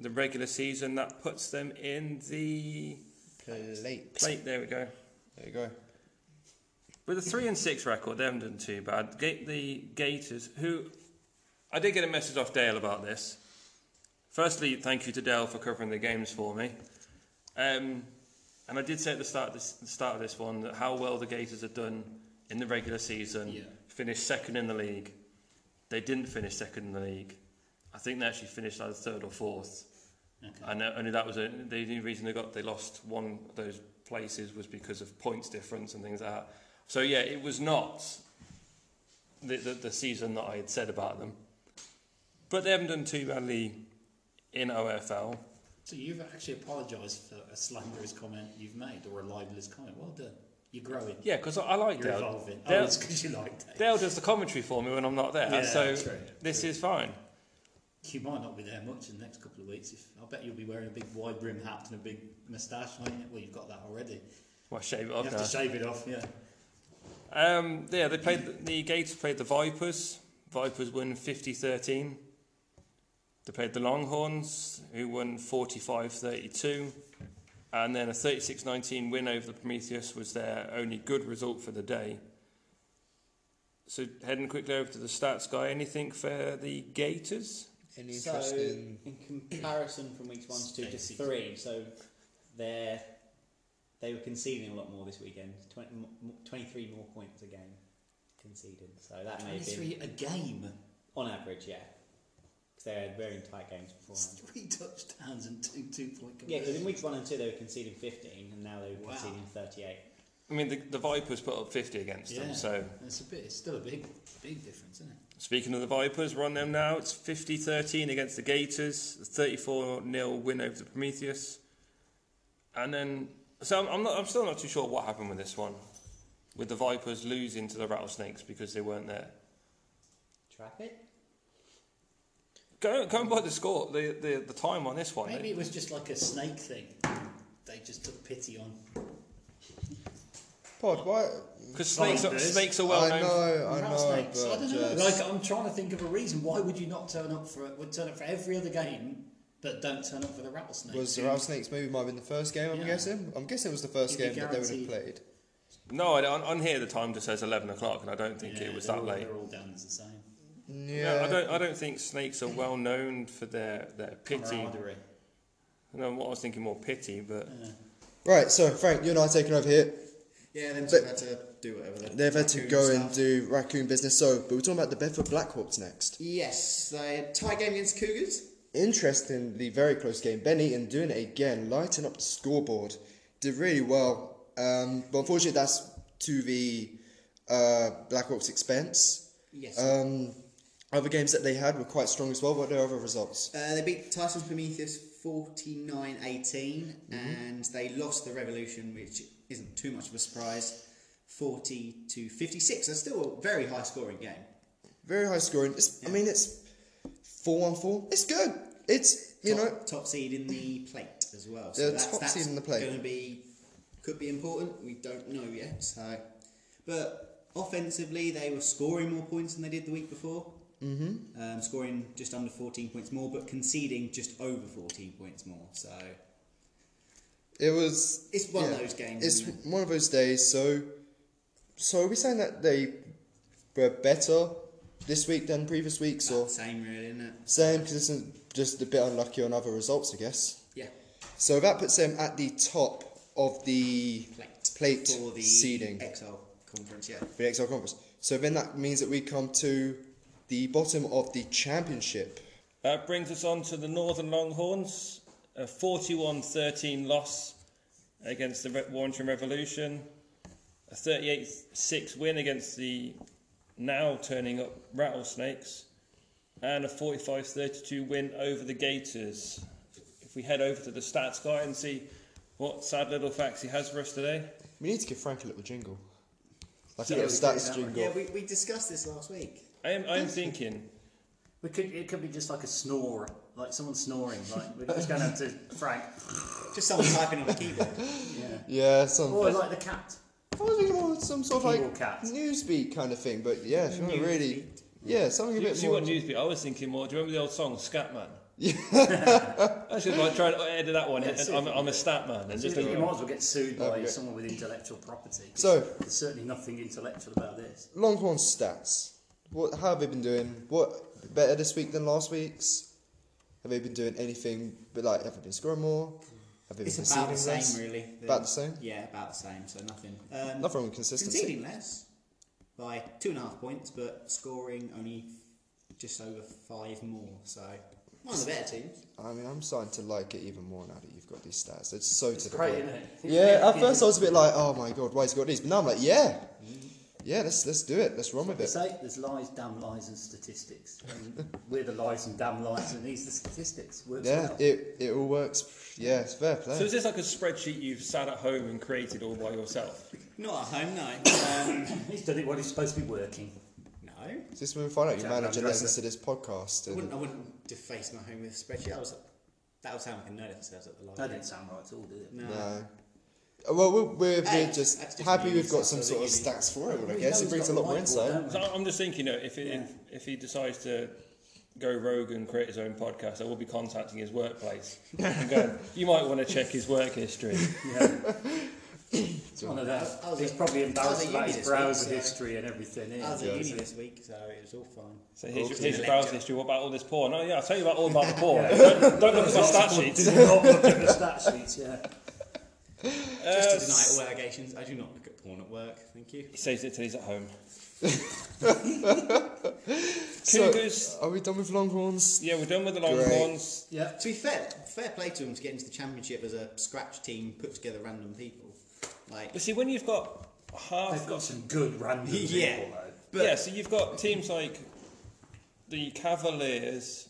B: the regular season. That puts them in the
C: Plate.
B: plate. There we go.
C: There you go.
B: With a three and six record, they haven't done too bad. Ga- the Gators, who I did get a message off Dale about this. Firstly, thank you to Dale for covering the games for me. Um, and I did say at the start, of this, the start of this one that how well the Gators have done in the regular season.
D: Yeah.
B: Finished second in the league. They didn't finish second in the league. I think they actually finished either third or fourth.
D: Okay.
B: And uh, only that was a, the only reason they got they lost one of those places was because of points difference and things like that. So yeah, it was not the the, the season that I had said about them. But they haven't done too badly in OFL.
D: So you've actually apologised for a slanderous comment you've made or a libelous comment. Well done. You're growing.
B: Yeah, because I, I like
D: You're
B: Dale.
D: evolving. Oh,
B: Dale,
D: it's because you like that.
B: Dale does the commentary for me when I'm not there,
D: Yeah,
B: so
D: true,
B: this is fine.
D: You might not be there much in the next couple of weeks. If I bet you'll be wearing a big wide brim hat and a big moustache, won't you? Well, you've got that already.
B: Well, shave it
D: You
B: off
D: have
B: now.
D: to shave it off, yeah.
B: Um, yeah, they played the, the Gators played the Vipers. Vipers won 50-13. They played the Longhorns, who won 45-32. And then a 36-19 win over the Prometheus was their only good result for the day. So heading quickly over to the stats guy, anything for the Gators?
C: Any
E: So,
C: interesting?
E: in comparison from weeks one to two to
D: Stacy.
E: three, so they're, they were conceding a lot more this weekend. 20, m- m- 23 more points a game conceded. So that may have been
D: 23 a game.
E: on average, yeah. Because they had very tight games beforehand.
D: Three touchdowns and two two point
E: Yeah, because
D: conversions.
E: in weeks one and two they were conceding 15, and now they were
D: Wow.
E: conceding 38.
B: I mean, the, the Vipers put up 50 against them,
D: Yeah.
B: so...
D: It's a bit. It's still a big, big difference, isn't it?
B: Speaking of the Vipers, we're on them now. It's 50 13 against the Gators, 34 0 win over the Prometheus. And then So I'm, I'm, not, I'm still not too sure what happened with this one, with the Vipers losing to the Rattlesnakes because they weren't there.
E: Traffic?
B: Go, go and by the score, the, the, the time on this one.
D: Maybe it was just like a snake thing. They just took pity on.
C: Pod, why?
B: Because snakes, are,
D: Vipers.
B: snakes are well known.
C: I know, I know,
D: Rattlesnakes. I
C: but
D: don't know.
C: just-
D: Like I'm trying to think of a reason. Why would you not turn up for would turn up for every other game, but don't turn up for the rattlesnake?
C: was the Rattlesnakes maybe might have been the first game? I'm
D: Yeah.
C: guessing. I'm guessing it was the first
D: You'd
C: game
D: be
C: that they would have
D: guaranteed.
C: played.
B: No, I don't, on here the time just says 11 o'clock, and I don't think
D: Yeah,
B: it was
D: they're
B: that
D: all-
B: late.
D: They're all down as the same.
C: Yeah,
B: No, I don't. I don't think snakes are well known for their their pity.
E: Camaraderie.
B: No, what I was thinking more pity, but
C: Right, so Frank, you and I are taking over here.
E: Yeah, them
C: two
E: had to do whatever
C: They've had to go and do raccoon business. So, but we're talking about the Bedford Blackhawks next.
E: Yes, they had tie game against Cougars.
C: Interestingly, very close game. Ben Eaton doing it again, lighting up the scoreboard. Did really well. Um, but unfortunately, that's to the uh, Blackhawks' expense.
E: Yes.
C: Um, other games that they had were quite strong as well. What are their other results?
E: Uh, they beat Titans Prometheus 49 18,
C: Mm-hmm.
E: and they lost the Revolution, which isn't too much of a surprise, 40 to 56. That's still a very high scoring game.
C: Very high scoring. It's, I mean, it's 4 1 4. It's good. It's, you
E: top,
C: know,
E: top seed in the plate as well.
C: They're top seed in the plate.
E: Going to be could be important. We don't know yet. So, but offensively, they were scoring more points than they did the week before. Mm-hmm. Um, scoring just under 14 points more, but conceding just over 14 points more. So
C: It was.
E: It's one of those games,
C: It's
E: isn't
C: one of those days. So, so are we saying that they were better this week than previous weeks, or
E: same really, isn't it?
C: same? Consistent, just a bit unlucky on other results, I guess.
E: Yeah.
C: So that puts them at the top of the
E: Plate.
C: plate
E: For the
C: seeding
E: XL conference, yeah.
C: for the XL conference. So then that means that we come to the bottom of the championship.
B: that brings us on to the Northern Longhorns, a 41-13 loss against the Re- Warrington Revolution, a 38-6 win against the now turning up Rattlesnakes, and a 45-32 win over the Gators. If we head over to the stats guy and see what sad little facts he has for us today.
C: We need to give Frank a little jingle, like a
E: Yeah,
C: little
E: we
C: stats
E: did that one.
C: jingle.
E: Yeah, we, we discussed this last week.
B: I am, I am thinking
D: We could, it could be just like a snore, like someone snoring. Like we're just going to
C: [laughs]
D: have to Frank,
E: Just someone typing on a keyboard.
C: yeah, some.
E: Oh,
D: or like the cat.
C: I was thinking more some sort of
D: Evil
C: like
D: cat.
C: newsbeat kind of thing, but yeah, if you want to really, yeah, something a
B: Do you
C: bit
B: see
C: more.
B: what Newsbeat? I was thinking more. Do you remember the old song Scatman? [laughs] I should like try to edit that one. and I'm, I'm a stat man. And
D: You
B: just
D: might as well get sued by
C: Okay.
D: someone with intellectual property.
C: So-
D: there's certainly nothing intellectual about this.
C: Longhorn stats. What? How have they been doing? What better this week than last week's? Have they been doing anything? But like, have they been scoring more? Have they been
E: It's about the
C: conceding less?
E: same, really.
C: About the same?
E: Yeah, about the same. So nothing. Um,
C: Nothing wrong with consistency.
E: conceding less by two and a half points, but scoring only just over five more. So one of the better teams.
C: I mean, I'm starting to like it even more now that you've got these stats. It's so typical.
D: Great, isn't it?
C: Yeah, at first I was a bit like, oh my god, why's he got these? But now I'm like, yeah, yeah, let's let's do it. Let's run with
D: They
C: it.
D: say there's lies, damn lies, and statistics. And we're the lies and damn lies, and these are the statistics. Works
C: Yeah,
D: well.
C: it it all works. Yeah, it's fair play.
B: So is this like a spreadsheet you've sat at home and created all by yourself?
E: Not at home, no. Um, [coughs]
D: He's done it when he's supposed to be working.
E: no.
C: Is this when we find out your
E: Jack
C: manager
E: Van Dresden.
C: listens to this podcast?
E: I
C: and-
E: wouldn't, I wouldn't deface my home with a spreadsheet. That was that would sound like a nerd if I said I was at the
D: That
E: library.
D: didn't sound right at all, did it?
E: No.
C: No. Uh, Well, we're, we're,
E: Hey,
C: we're just,
E: that's just
C: happy
E: me,
C: we've got
E: so
C: some
E: that
C: sort of
E: you-
C: stats for it, I guess.
D: We know
C: It
D: he's
C: brings a
D: got the
C: lot more
D: whiteboard,
C: insight.
D: don't we?
B: So I'm just thinking, you know, if, it, if if he decides to go rogue and create his own podcast, I will be contacting his workplace and going, [laughs] "You might want to check his work history."
D: It's one of those.
E: I was
D: He's
E: at-
D: probably
E: I was
D: embarrassed
E: at
D: about
E: uni
D: his
E: this week,
D: browser
E: so-
D: history and everything.
E: I was
D: Yeah.
E: at uni this week, so it was all fine.
B: So here's your,
C: Okay.
B: here's your browse history. What about all this porn? Oh yeah, I'll tell you about all about the porn. Don't, don't look at my stat sheets.
D: Did not look at the stat sheets, yeah.
E: Just to deny all allegations, I do not look at porn at work. Thank you.
B: He saves it till he's at home.
C: So,
B: Cougars.
C: are we done with Longhorns?
B: Yeah, we're done with the Longhorns.
D: Yeah.
E: To be fair, fair play to them to get into the championship as a scratch team put together random people. Like,
B: But see, when you've got half,
D: They've got some good random people,
E: [laughs] Yeah.
D: though.
B: yeah, so you've got teams like the Cavaliers,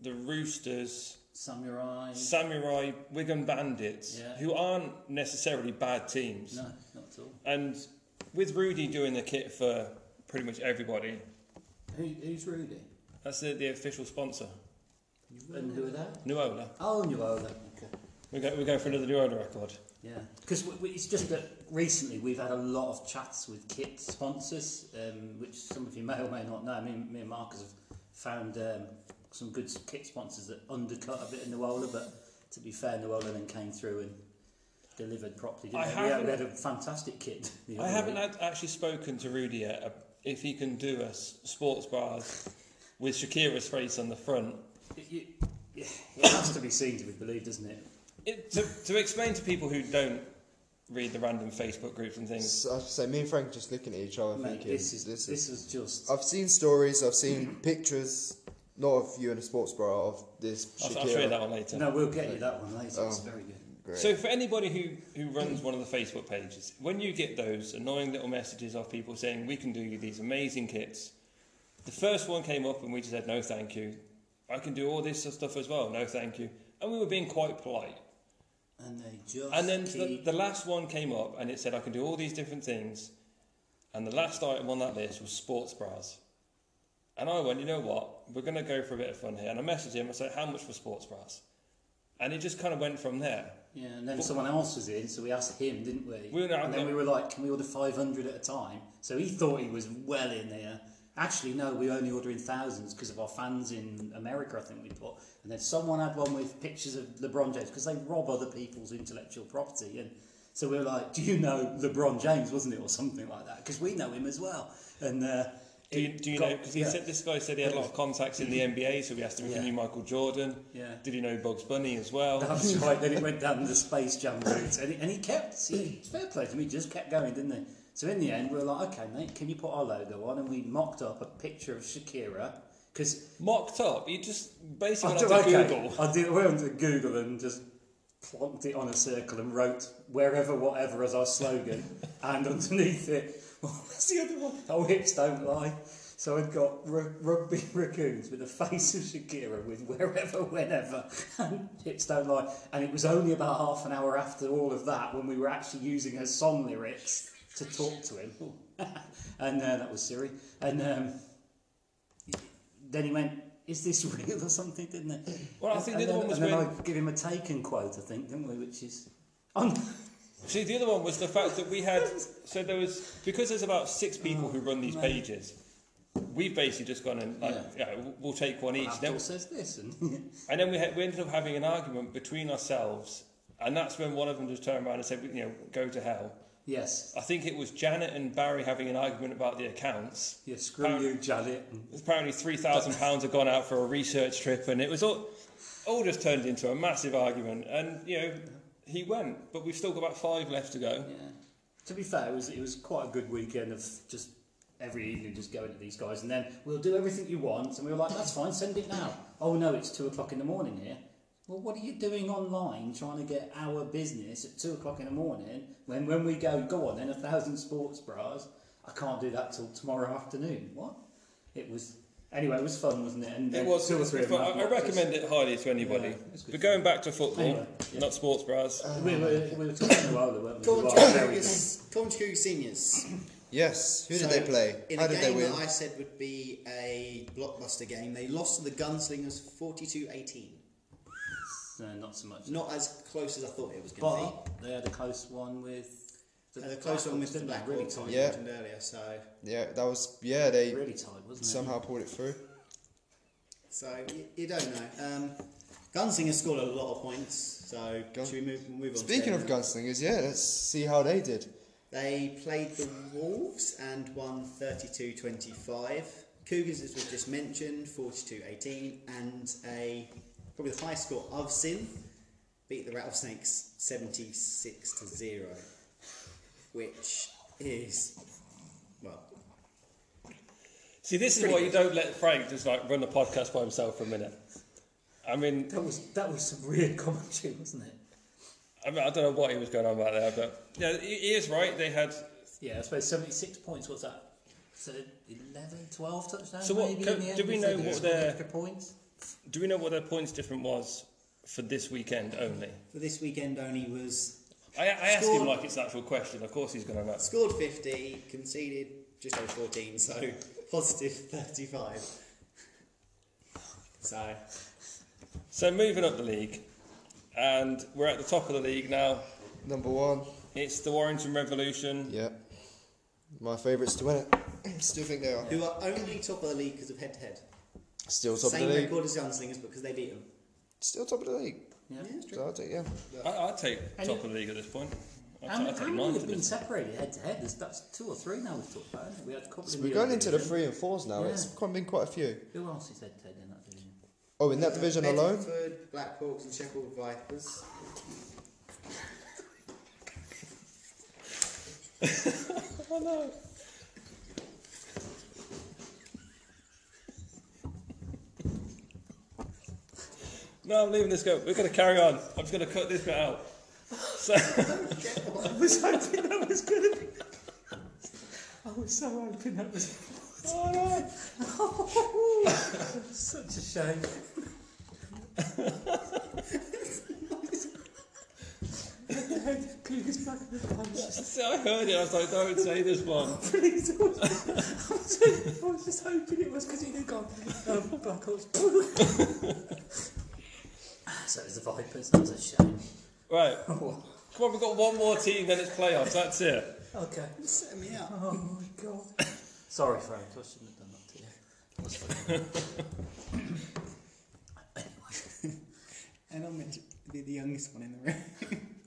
B: the Roosters,
D: Samurai.
B: Samurai Wigan Bandits,
D: Yeah.
B: who aren't necessarily bad teams.
D: No, not at all.
B: And with Rudy doing the kit for pretty much everybody,
E: Who, who's Rudy?
B: that's the, the official sponsor,
D: And who are that?
B: Nuola.
D: Oh, Nuola. Okay.
B: We're, go, we're going for another Nuola record.
D: Yeah, because it's just that recently we've had a lot of chats with kit sponsors, um, which some of you may or may not know. Me, and- me and Marcus have found um, some good s- kit sponsors that undercut a bit of Nuola, but to be fair, Nuola then came through and delivered properly. Didn't
B: I
D: they? We, had, we had
B: haven't-
D: a fantastic kit. [laughs] the
B: I
D: other
B: haven't
D: week.
B: had, actually spoken to Rudy yet uh, if he can do us sports bars with Shakira's face on the front.
D: It, you- yeah, it has to be seen to be believed, doesn't it?
B: It, to, to explain to people who don't read the random Facebook groups and things,
C: So, I should say, me and Frank just looking at each other,
D: Mate,
C: thinking,
D: this is this, was just.
C: I've seen stories, I've seen pictures, not of you in a sports bra, of this
B: I'll,
C: Shakira.
B: I'll show you that one later.
D: No, we'll get you that one later. It's
C: Oh.
D: very good.
C: Great.
B: So for anybody who, who runs one of the Facebook pages, when you get those annoying little messages of people saying we can do you these amazing kits, the first one came up and we just said no thank you. I can do all this stuff as well, no thank you. And we were being quite polite.
D: And they just.
B: And then the,
D: keep
B: the last one came up and it said I can do all these different things. And the last item on that list was sports bras. And I went, you know what? We're going to go for a bit of fun here. And I messaged him. I said, how much for sports bras? And it just kind of went from there.
D: Yeah, and then someone else was in, so we asked him, didn't we?
B: We were not-
D: and then we were like, can we order 500 at a time? So he thought he was well in there. Actually, no, we were only ordering thousands because of our fans in America, I think we put. And then someone had one with pictures of LeBron James because they rob other people's intellectual property. And so we were like, do you know LeBron James, wasn't it? Or something like that because we know him as well. And uh,
B: Do you,
D: it
B: do you
D: got-
B: know? Because he
D: yeah. Mm-hmm.
B: said this guy said he had a lot of contacts in the NBA, so we asked him if
D: Yeah.
B: he knew Michael Jordan.
D: Yeah.
B: Did he know Bugs Bunny as well?
D: That's right. Then it went down the space jam route, and he, and he kept. He, fair play to him. He just kept going, didn't he? So in the end, we were like, okay, mate, can you put our logo on? And we mocked up a picture of Shakira because
B: Mocked up. You just basically went
D: I do,
B: up to
D: okay,
B: Google.
D: I did. Went onto Google and just plonked it on a circle and wrote "wherever, whatever" as our
B: [laughs]
D: slogan, and underneath it, what was the other one? Oh, hips don't lie. So I'd got r- rugby [laughs] raccoons with a face of Shakira with wherever, whenever, [laughs] and hips don't lie. And it was only about half an hour after all of that when we were actually using her song lyrics to talk to him. [laughs] and uh, that was Siri. And um, then he went, "Is this [laughs] real or something?" Didn't it?
B: Well, I think
D: and
B: the
D: then,
B: other one was
D: and then
B: when-
D: I give him a taken quote. I think, didn't we? Which is, oh,
B: See, the other one was the fact that we had. So there was because there's about six people who run these
D: man.
B: pages. We've basically just gone and like, yeah. we'll- we'll take one each. Then,
D: Abdul says this, and [laughs]
B: and then we, had, we ended up having an argument between ourselves, and that's when one of them just turned around and said, "You know, go to hell."
D: yes,
B: I think it was Janet and Barry having an argument about the accounts.
D: yeah, screw
B: Apparently-
D: you, Janet. And
B: apparently three thousand pounds had gone out for a research trip, and it was all, all just turned into a massive argument. And you know, he went, but we've still got about five left to go.
D: yeah. To be fair, it was it was quite a good weekend of just every evening just going to these guys, and then we'll do everything you want, and we were like, that's fine, send it now. Oh no, it's two o'clock in the morning here. Well, what are you doing online trying to get our business at two o'clock in the morning when when we go go on then a thousand sports bras? I can't do that till tomorrow afternoon. What? It was anyway. It was fun, wasn't it? And uh,
B: It was.
D: two or three. of them
B: I,
D: had
B: I
D: watches.
B: recommend it highly to anybody.
D: Yeah, it's good
B: but going back to football,
D: Anyway, yeah. Uh,
B: not sports bras.
D: We were, we were talking to Ola, weren't we?
E: Coventry
D: Well, very good.
E: Cougars- Coventry Cougars seniors.
C: yes, who
E: So,
C: did they play?
E: In
C: How
E: a
C: did they
E: game
C: win?
E: that I said would be a blockbuster game, they lost to the Gunslingers 42-18.
D: No, not so much.
E: Not as close as I thought it was going to
D: But they had a close one with
E: be. And the close one was the
D: didn't they?
E: Black
D: really
E: Hawks,
D: tight,
E: I
C: Yeah.
E: mentioned earlier. So,
C: Yeah, that was. Yeah, they
D: really tight, wasn't it?
C: somehow pulled it through.
E: so you, you don't know. Um, Gunslingers scored a lot of points. So
C: Gun-
E: should we move, move on?
C: Speaking
E: to
C: of
E: them?
C: gunslingers, yeah, let's see how they did.
E: They played the Wolves and won 32-25. Cougars, as we've just mentioned, 42-18. And a probably the highest score of Sin beat the Rattlesnakes 76 to 0. Which is well
B: See, this is why you don't let Frank just like run the podcast by himself for a minute. I mean,
D: That was that was some weird [laughs] commentary, wasn't it?
B: I mean, I don't know what he was going on about there, but yeah, he he is right. They had
D: Yeah, I suppose seventy-six points. What's that? So 11, 12 touchdowns.
B: So what-
D: maybe
B: can-
D: in the end
B: do we
D: if they
B: know
D: did
B: what
D: score
B: their-
D: extra points?
B: Do we know what their points difference was for this weekend only?
E: For this weekend only was
B: I, I ask him
E: Scored-
B: like it's an actual question. Of course he's going to know.
E: scored 50, conceded just over 14, so [laughs] positive 35. So,
B: So moving up the league, and we're at the top of the league now.
C: Number one.
B: It's the Warrington Revolution.
C: Yeah. My favourites to win it. [clears throat] Still think they are.
E: who are only top of the league because of head to head.
C: Still top
E: Same
C: of the league.
E: record as Gunslingers because they beat them.
C: Still top of the league.
E: Yeah, it's true.
C: So I'll take, yeah.
B: I, I'd take
D: And
B: top
D: you-
B: of the league at this point. I'd,
D: How
B: ta-
D: many,
B: I'd
D: how
B: take
D: many
B: ninth
D: have
B: at
D: been
B: this
D: separated head to head? There's that's two or three now we've talked about. isn't it? We had a couple.
C: So
D: in
C: we're
D: the
C: going
D: other
C: into the
D: division.
C: three and fours now.
D: Yeah.
C: It's quite- been quite a few.
D: Who else is head to head in that division?
C: Oh, in that division alone?
E: Bedford, Blackpool and Sheffield Vipers.
B: No, I'm leaving this go. We're going to carry on. I'm just going to cut this bit out. So,
D: I was hoping that was going to be. I was so hoping that was. Oh, no. Such a shame. Please, back in the punch.
B: so I heard it. I was like, don't say this one.
D: Please, I was, I was, I was just hoping it was because he'd have gone um, Black Hawks.
E: [laughs]
D: so it was the Vipers. That was a shame.
B: Right. Come on, we've got one more team, then it's playoffs. That's it.
D: Okay.
E: Set me up.
D: Oh my god. Sorry, Frank. I shouldn't have done that to you. That's fine.
E: And I'm meant to be the youngest one in the room.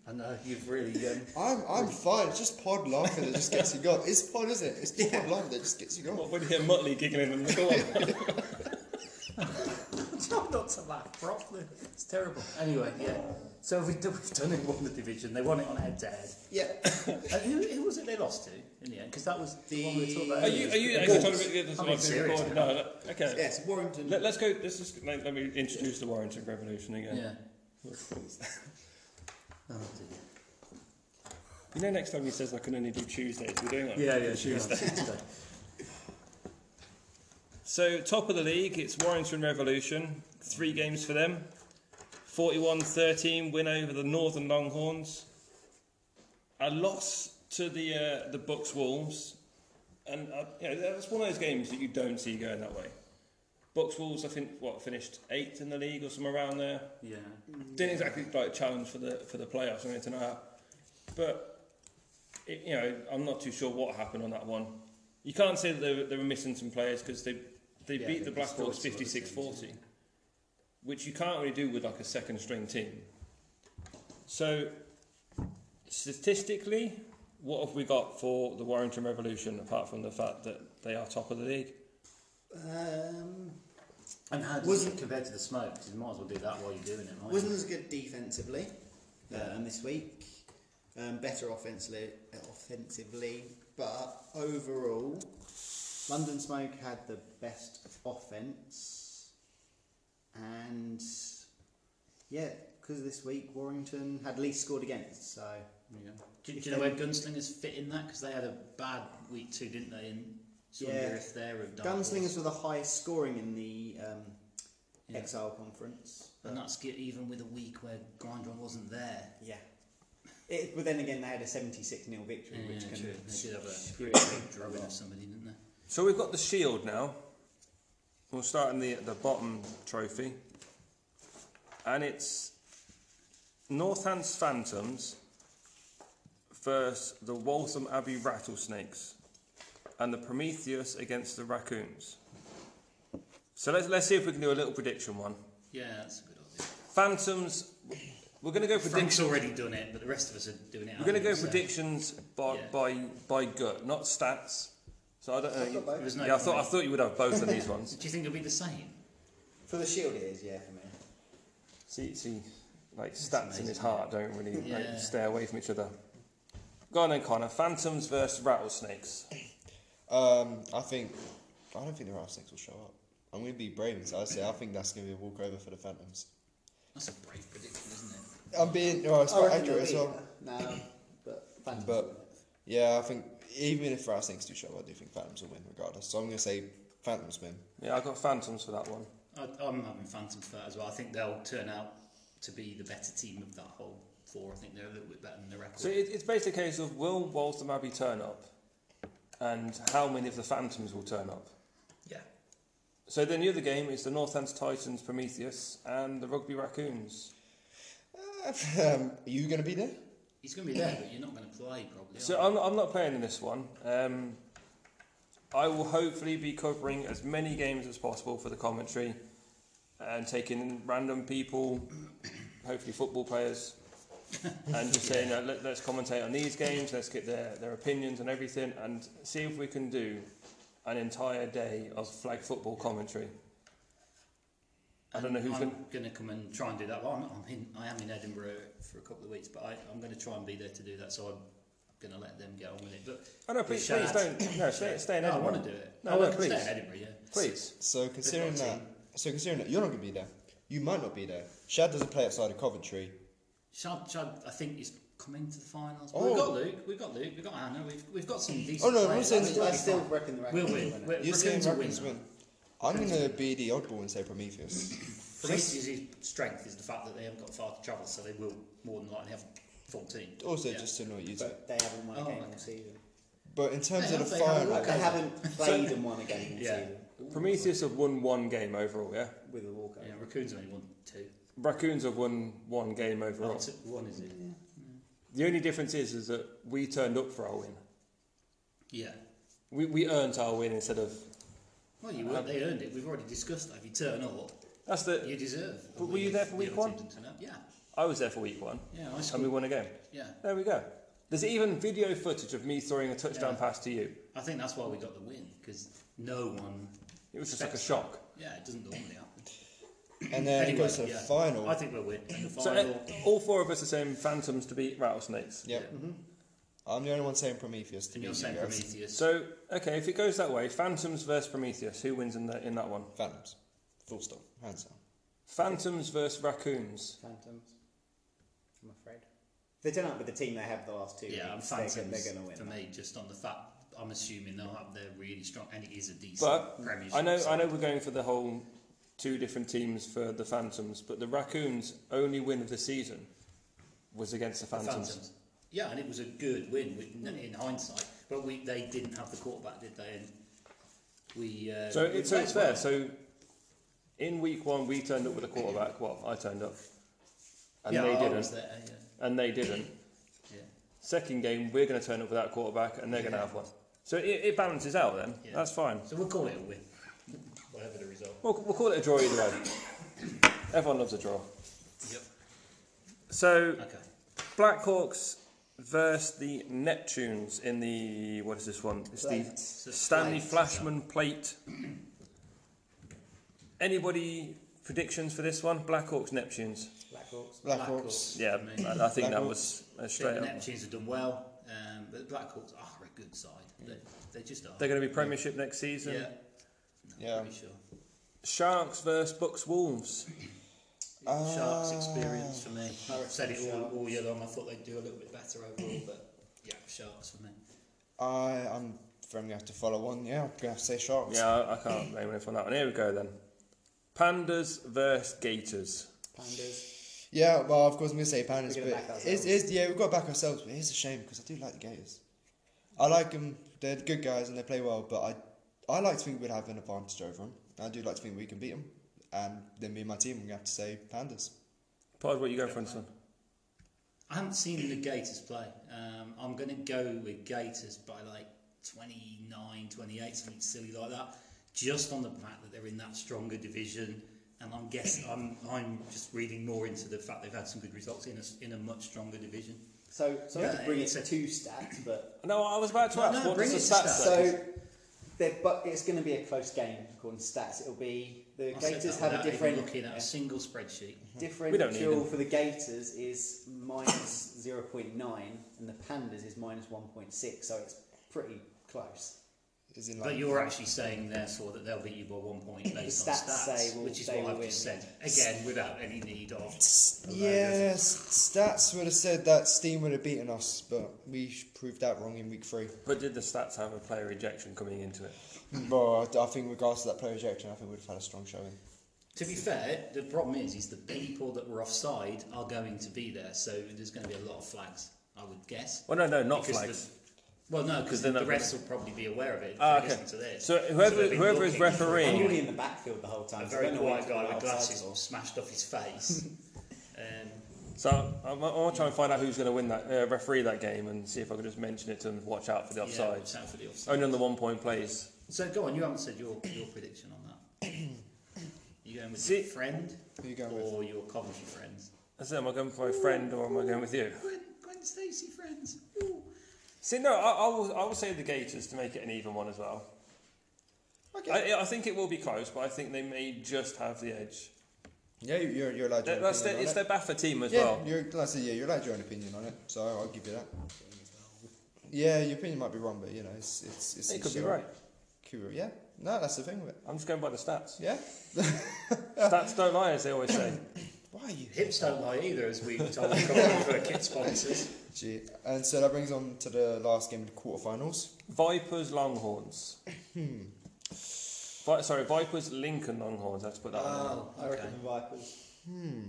D: I know you've really. Um,
C: [laughs] I'm, I'm fine. It's just pod laughter that just gets you going. It's pod, isn't it? It's just pod laughter that just gets you going.
B: What, when you hear Muttley giggling in the corner.
D: trying not to laugh properly. It's terrible. Anyway, yeah. So we've done, [laughs] we've done it. Won the division. They won it on head to head.
E: Yeah. [coughs]
D: And Who, who was it they lost to in the end? Because that was the one we were talking about.
B: are you, are you actually trying to get this
D: I'm
B: one
D: serious
B: recorded?
D: now.
B: No, no, okay.
E: Yes, Warrington.
B: Let, let's go. Let's just let, let me introduce the Warrington Revolution again.
D: Yeah.
B: [laughs]
D: Oh,
B: You know, next time he says I can only do Tuesdays, we're doing it.
D: dear. yeah, yeah, Tuesday.
B: So top of the league, it's Warrington Revolution. Three games for them. 41-13 win over the Northern Longhorns. A loss to the uh, the Bucks Wolves, and uh, you know, that's one of those games that you don't see going that way. Bucks Wolves, I think, what finished eighth in the league or somewhere around there.
D: yeah.
B: didn't exactly like challenge for the for the playoffs or anything like that. But it, you know, I'm not too sure what happened on that one. You can't say that they were, they were missing some players because they they
D: Yeah,
B: beat
D: they
B: the Black
D: destroyed
B: Hawks
D: some other
B: 56-40,
D: teams, yeah.
B: which you can't really do with like a second string team. So statistically, what have we got for the Warrington Revolution apart from the fact that they are top of the league?
E: Um,
D: And how does
E: Wasn't-
D: it compare to the smoke? 'Cause you might as well do that while you're doing it. Might
E: wasn't
D: you?
E: as good defensively um, this week. Um, better offensively, offensively, but overall, London Smoke had the best offense, and yeah, because this week Warrington had least scored against. So
D: Yeah. Do, do you know where Gunslingers fit in that? Because they had a bad week too, didn't they? And so I
E: Yeah.
D: wonder if they're a dark horse.
E: Gunslingers were the highest scoring in the um,
D: Yeah.
E: Exile Conference.
D: And that's ge- even with a week where Grindron wasn't there.
E: Yeah. It, but then again, they had a 76 0 victory, which
D: Yeah,
E: can
D: true. They did have a
E: screw
D: pretty
E: it.
D: big drubbing of somebody, didn't they?
B: So we've got the Shield now. We'll start in the the bottom trophy, and it's Northants Phantoms versus the Waltham Abbey Rattlesnakes, and the Prometheus against the Raccoons. So let's let's see if we can do a little prediction one.
D: Yeah, that's a good idea.
B: Phantoms, we're going to go prediction.
D: Frank's already done it, but the rest of us are doing it.
B: We're going to
D: aren't
B: go
D: we? So
B: predictions by,
D: Yeah.
B: by by gut, not stats. So I don't know. you-
D: There's no
B: yeah, I thought I
D: point.
B: thought you would have both of these ones.
D: Do you think it'll be the same?
E: For the Shield, it is, yeah, for me.
B: See, see, like stats in his
D: amazing.
B: heart don't really like,
D: Yeah.
B: stay away from each other. Go on then, Connor. Phantoms versus rattlesnakes.
C: Um, I think I don't think the Rattlesnakes will show up. I'm going to be brave and say I say I think that's going to be a walkover for the Phantoms.
D: That's a brave prediction, isn't it?
C: I'm being no, it's quite
E: reckon
C: accurate as
E: they'll
C: well.
E: be, uh, No, but Phantoms
C: But-
E: will win it.
C: Yeah, I think even if Rattlesnakes do show up, I do think Phantoms will win regardless. So I'm going to say Phantoms win. [laughs]
B: Yeah, I got phantoms for that one.
D: I, I'm having phantoms for that as well. I think they'll turn out to be the better team of that whole four. I think they're a little bit better than the record.
B: So it, it's basically a case of will Waltham Abbey turn up, and how many of the Phantoms will turn up.
D: yeah.
B: So then the other game is the Northants Titans Prometheus and the Rugby Raccoons.
C: Um, are you going to be there?
D: He's going to be there, but you're not going to play probably.
B: So
D: are you?
B: I'm, I'm not playing in this one. Um, I will hopefully be covering as many games as possible for the commentary and taking random people, hopefully football
D: [laughs]
B: players, and just saying, uh, let, let's commentate on these games, let's get their, their opinions and everything, and see if we can do an entire day of flag football commentary. I don't know who's
D: I'm
B: gonna-
D: going to come and try and do that. Well, I'm, I'm in, I am in Edinburgh for a couple of weeks, but I, I'm going to try and be there to do that. So I'm going to let them get on with it. But
B: Oh, no, please,
D: Shad-
B: please don't. No, stay, stay in
D: No, I
B: Edinburgh.
D: want to do it.
B: No,
D: I
B: no,
D: want to
B: Oh, please.
D: Stay in Edinburgh, yeah.
B: Please.
C: So considering
D: They've got a
C: that, so considering that you're not going to be there, you might not be there. Shad doesn't play outside of Coventry.
D: Shad, Shad, I think is coming to the finals. But We've
C: Oh.
D: got Luke. We've got Luke. We've got Anna. We've, we've got some decent.
C: Oh, no, I'm not
D: players.
C: saying
D: I
C: it's
D: think
E: I
D: we'll
E: still
D: be fine.
E: reckon the record
D: We'll
E: will
D: win.
E: win.
D: We're,
C: You're
D: we're
C: saying
D: going to win.
C: Rugby's win. I'm going to be the oddball and say Prometheus.
D: Prometheus' strength is the fact that they haven't got far to travel, so they will more than likely have full team.
C: Also,
D: Yeah.
C: just to annoy you. Two.
E: But they haven't won a
D: Oh,
E: game
D: okay.
E: all season.
C: But in terms
D: Hey,
C: of the
D: they haven't
C: final,
E: Like, they haven't played and won a game all
D: Yeah.
E: season
B: Prometheus have won one game overall, yeah?
E: with a walkover.
D: Yeah, Raccoons only won two.
B: Raccoons have won one game
D: Oh,
B: overall.
D: two one is it?
B: The only difference is, is that we turned up for our win.
D: Yeah.
B: We, we earned our win instead of
D: Well, you were, they earned it. We've already discussed that. If you turn up,
B: that's the.
D: you deserve. a
B: But were
D: win
B: you
D: if
B: there for
D: the
B: week
D: other
B: one?
D: team didn't turn up. Yeah.
B: I was there for week one,
D: Yeah, I
B: and we
D: scored.
B: won a game.
D: Yeah.
B: There we go. There's even video footage of me throwing a touchdown
D: Yeah.
B: pass to you.
D: I think that's why we got the win, because no one.
B: It was just like a shock.
D: Yeah, it doesn't normally happen.
C: and then it goes to the
D: yeah.
C: final.
D: I think we'll win. In the final.
B: So uh, all four of us are saying phantoms to beat rattlesnakes.
C: Yep. Mm-hmm. I'm the only one saying Prometheus to be
D: and you're
C: you
D: saying
C: guys.
D: Prometheus.
B: So okay, if it goes that way, phantoms versus Prometheus, who wins in that in that one?
C: Phantoms. Full stop. Hands down.
B: Phantoms versus raccoons.
E: Phantoms. I'm afraid. If they turn up with the team they have the last two
D: yeah, I'm
E: weeks, they're,
D: phantoms
E: go- they're going to
D: for
E: win.
D: me, just on the fact I'm assuming they'll have they're really strong, and it is a decent.
B: But
D: Premiership
B: I know I
D: side.
B: know we're going for the whole two different teams for the Phantoms, but the Raccoons' only win of the season was against the
D: The
B: Phantoms. Hmm.
D: Phantoms. Yeah, and it was a good win with, in hindsight, but we they didn't have the quarterback, did they? And we uh,
B: So
D: we
B: it's, so it's
D: played
B: fair.
D: well.
B: So in week one, we turned up with a quarterback. Well, I turned up, and
D: yeah,
B: they
D: I
B: didn't.
D: was there, yeah,
B: And they didn't.
D: yeah.
B: Second game, we're going to turn up without quarterback, and they're going to
D: Yeah.
B: have one. So it, it balances out then.
D: Yeah.
B: That's fine.
D: So we'll call it a win, [laughs] whatever the result.
B: We'll, we'll call it a draw either
D: [coughs]
B: way. Everyone loves a draw.
D: Yep.
B: So
D: Okay.
B: Blackhawks versus the Neptunes in the what is this one? It's
E: Plate.
B: the Stanley
D: Plate.
B: Flashman Plate. Anybody predictions for this one? Blackhawks Neptunes.
E: Blackhawks.
C: Black
D: Black
C: Hawks.
B: Yeah,
D: for me.
B: I, I think that
C: Blackhawks.
B: was a
D: I think
B: straight
D: the
B: up.
D: Neptunes have done well, um, but the Blackhawks are a good side. They, they just are.
B: They're going to be Premiership next
D: yeah.
B: season.
D: No,
C: Yeah.
D: Pretty sure.
B: Sharks versus Bucks Wolves.
D: Sharks experience for me.
E: I
D: I've said it
E: reckon
D: all,
E: Sharks.
D: all year long. I thought they'd do a little bit better overall, but yeah, Sharks for me.
C: I, I'm going to have to follow one. Yeah, I'm going to have to say Sharks.
B: Yeah, I, I can't blame anyone for that. And here we go then. Pandas versus Gators.
E: Pandas.
C: Yeah, well, of course, I'm going to say Pandas, but
E: We're gonna back
C: it's, it's, yeah, we've got to back ourselves, but it's a shame because I do like the Gators. I like them, they're good guys and they play well, but I I like to think we'd have an advantage over them. I do like to think we can beat them, and then me and my team, I'm going to have to say Pandas.
B: Pod, what you going for on this one?
D: I haven't seen the Gators play. Um, I'm going to go with Gators by like 29, 28, something silly like that, just on the fact that they're in that stronger division. And I'm guessing I'm, I'm just reading more into the fact they've had some good results in a, s- in a much stronger division.
E: So, sorry
D: Yeah,
E: to bring it
D: it's a-
E: to two stats,
D: [coughs]
E: but
B: No, I was about to
D: No,
B: ask.
D: no,
B: what
D: bring
B: does
D: it
B: the
D: to
B: stats
D: stats.
B: say?
E: so they're, but it's going to be a close game according to stats. It'll be the
D: I said
E: Gators
D: that
E: have a
D: without even
E: different
D: looking at a single spreadsheet.
B: don't need
E: differential
B: them.
E: for the Gators is minus zero point nine, and the Pandas is minus one point six. So it's pretty close.
C: Is in like,
D: But you're actually saying, therefore, that they'll beat you by one point based on
E: stats
D: stats,
E: say we'll-
D: which is
E: they
D: what
E: will
D: I've
E: win.
D: just said. Again, without any need of.
C: Yes, stats would have said that Steam would have beaten us, but we proved that wrong in week three.
B: But did the stats have a player rejection coming into it?
E: Hmm.
C: Well, I, I think regards to that player ejection, I think we'd have had a strong showing.
D: To be fair, the problem is, is the people that were offside are going to be there, so there's going to be a lot of flags, I would guess.
B: Well, no, no, not
D: Because
B: flags.
D: the- well, no, because
B: they're
D: the
B: not gonna-
D: refs will probably be aware of it. if
B: Ah, okay.
D: they listen To this.
B: So whoever-
D: they'll be
B: whoever is
D: looking for
B: refereeing-
E: I'm
B: Really?
E: really in the backfield the whole time.
D: A
E: so I
D: very
E: don't know where
D: quiet
E: to go
D: guy with glasses
E: outside.
D: smashed off
B: [laughs]
D: his face. um,
B: So I'm, I'll try and find out who's going to win that uh, referee that game and see if I can just mention it and watch out for the
D: yeah,
B: offsides.
D: watch out for the offside.
B: Only on the one point plays.
D: So go on, you haven't said your, your prediction on
B: [coughs]
D: that. You going with
B: See-
D: your friend
C: Who you going with?
D: or your Coventry friends?
B: I said, am I going for my friend or am I going with you?
D: Gwen, Gwen Stacy friends.
B: See, no, I, I, will, I will say the Gators to make it an even one as well.
C: Okay.
B: I, I think it will be close, but I think they may just have the edge.
C: yeah, you- you're, you're allowed your
B: That, that's
C: opinion
B: their,
C: on
B: it's
C: it.
B: their Baffer team as
C: yeah,
B: well.
C: you're, that's it, yeah, you're allowed your own opinion on it, so I'll give you that. Yeah, your opinion might be wrong, but you know, it's it's it's.
B: It
C: it's
B: could be
C: your-
B: right.
C: could be- Yeah, no, that's the thing with it.
B: I'm just going by the stats.
C: Yeah,
B: Stats don't lie, as they always say.
C: why are you?
D: Hips don't lie either, as we told the Coventry kit sponsors.
C: Gee, and so that brings on to the last game of the quarterfinals.
B: Vipers Longhorns. Vi- sorry, Vipers Lincoln Longhorns. I have to put that one. in.
E: Oh, I
D: Oh, okay.
E: reckon the Vipers.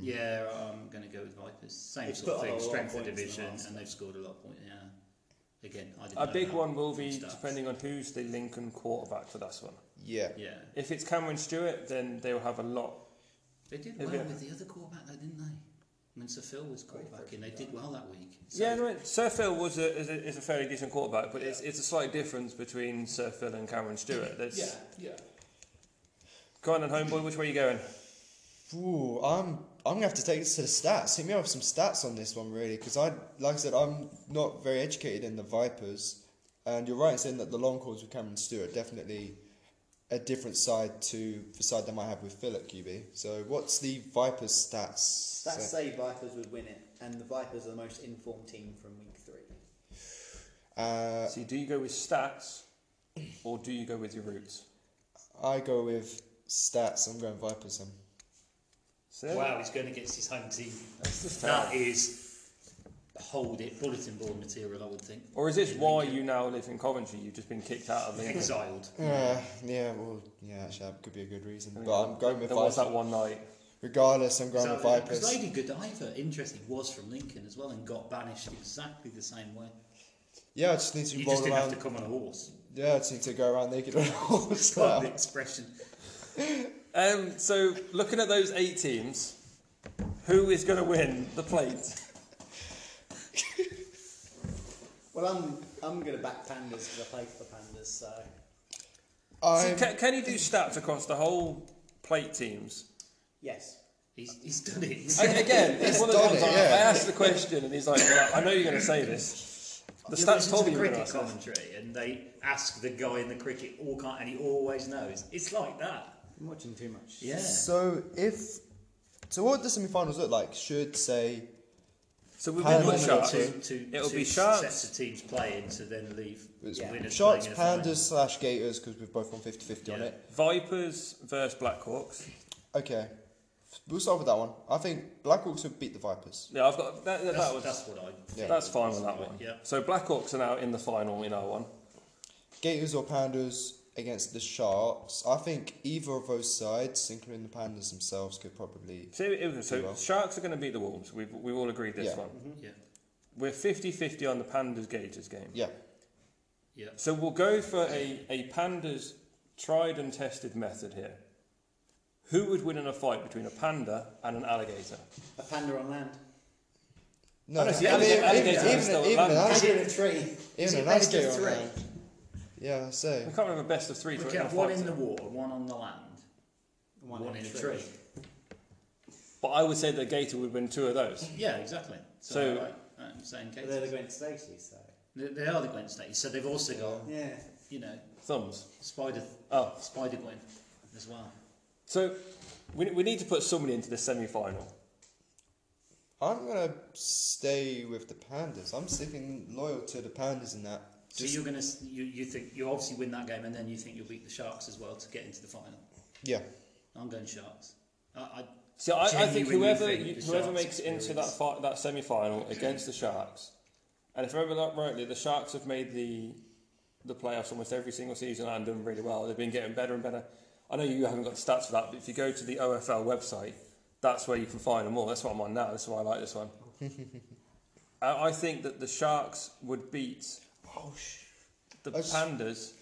D: Yeah, I'm going to go with Vipers. Same
E: They've
D: sort of
E: put Mm. a
D: thing,
E: lot of
D: strength of
E: points in the
D: division,
E: last
D: and they've scored a lot of points. Yeah. Again, I didn't
B: A
D: know
B: big
D: that
B: one will be
D: from stats.
B: depending on who's the Lincoln quarterback for this one.
C: Yeah,
D: Yeah,
B: If it's Cameron Stewart, then they will have a lot.
D: they did
B: Yeah,
D: well
B: yeah.
D: with the other quarterback, though, didn't they? When Sir Phil was quarterback, and they did well that week. So
B: yeah, no, Sir Phil was a, is, a, is a fairly decent quarterback, but it's, it's a slight difference between Sir Phil and Cameron Stewart. That's,
D: yeah, yeah.
B: Go on, then, homeboy. Which way are you going?
C: Ooh, I'm I'm gonna have to take this to the stats. Hit me up with some stats on this one, really, because I, like I said, I'm not very educated in the Vipers, and you're right in saying that the Longhorns with Cameron Stewart definitely a different side to the side they might have with Phil at QB. So, what's the Vipers stats?
E: Stats
C: So-
E: say Vipers would win it, and the Vipers are the most informed team from week three.
C: uh,
B: See, do you go with stats or do you go with your roots?
C: I go with stats. I'm going Vipers. Then.
B: See?
D: Wow, he's going against his home team.
B: That's just
D: That
B: terrible.
D: is hold it bulletin board material, I would think.
B: Or is this why you now live in Coventry? You've just been kicked out of Lincoln.
D: Exiled.
C: Uh, yeah, well, yeah, actually, that could be a good reason.
B: I mean,
C: But I'm going with
B: There was that
C: Vipers.
B: one night.
C: Regardless, I'm going
D: So,
C: with
D: because
C: Vipers.
D: Lady Godiva, interesting, was from Lincoln as well and got banished exactly the same way.
C: Yeah, I just need to
D: You
C: roll
D: just didn't
C: around.
D: have to come on a horse.
C: Yeah, I just need to go around naked on a [laughs] horse.
D: Pardon [laughs] the expression.
B: Um, so, looking at those eight teams, who is going to win the plate?
E: Well, I'm I'm going to back Pandas because I play for the Pandas, so
B: See,
C: I'm,
B: can, can you do stats across the whole plate teams?
E: yes.
D: He's, he's
B: [laughs]
D: done it.
B: And again, it's one of
C: done
B: those.
C: it,
B: I,
C: yeah.
B: I asked the question, and he's like, well, "I know you're going to say this." The
D: You
B: stats
D: listen
B: told
D: to
B: me
D: the
B: you were going
D: cricket
B: to say this.
D: commentary and they ask the guy in the cricket all can't, and he always knows. It's like that.
E: I'm watching too much.
D: Yeah.
C: So if so, what does semi-finals look like? Should say
B: So we've
C: Pan-
B: been sharks.
D: Two, two,
B: It'll
D: two
B: be sharks.
D: sets of teams playing to then leave
C: it's
E: Yeah.
D: winners
C: sharks,
D: playing in a final.
C: pandas slash gators because we've both gone 50-50 on
D: Yeah.
C: it.
B: Vipers versus Blackhawks.
C: Okay, we'll start with that one. I think Blackhawks would beat the Vipers.
B: Yeah, I've got that. that
D: That's,
B: was
D: that's what I.
C: Yeah.
B: that's fine with that one.
D: Yeah.
B: So Blackhawks are now in the final in our one.
C: Gators or pandas against the sharks. I think either of those sides, including the pandas themselves, could probably.
B: So, it- so
C: Do well.
B: sharks are going to beat the wolves. We've we've all agreed this
C: Yeah.
B: one.
D: Yeah.
B: We're 50-50 on the pandas Gators game.
C: Yeah,
D: Yeah.
B: So we'll go for a, a panda's tried and tested method here. Who would win in a fight between a panda and an alligator?
E: A panda on land.
C: no,
B: Honestly,
C: I mean,
B: alligator-
C: even-
B: alligator
C: even-
B: is still
C: even
B: advantage.
C: an alligator-
E: [laughs] Panda in a tree.
C: Even
E: Is it
C: an
E: best of
C: alligator on
E: three?
C: land. Yeah, I
B: We
C: say.
B: can't remember best of three
D: We
B: for it in a
D: have one
B: fight.
D: in the water, one on the land, one, in a tree.
B: But I would say the gator would win two of those.
D: Yeah, exactly. So,
B: So-
D: right, I'm saying
E: But they're the
D: cases.
E: Gwen Stacy, so
D: They they are the Gwen Stacy, so they've also got
E: yeah.
D: you know
B: Thumbs.
D: Spider
B: Oh.
D: Spider Gwen as well.
B: So we, we need to put somebody into the semi final.
C: I'm gonna stay with the pandas. I'm sticking loyal to the pandas in that.
D: So
C: Just-
D: you're gonna s- you, you think you obviously win that game, and then you think you'll beat the Sharks as well to get into the final.
C: yeah.
D: I'm going Sharks. I, I
B: See, I, I think
D: Genuinely
B: whoever
D: think
B: you,
D: the
B: whoever
D: Sharks
B: makes it into that
D: experience.
B: fi- that semi final against the Sharks, and if I remember that rightly, the Sharks have made the the playoffs almost every single season and done really well. They've been getting better and better. I know you haven't got the stats for that, but if you go to the OFL website, that's where you can find them all. That's what I'm on now. That's why I like this one. I I think that the Sharks would beat
C: Oh, sh-
B: the
C: I s-
B: Pandas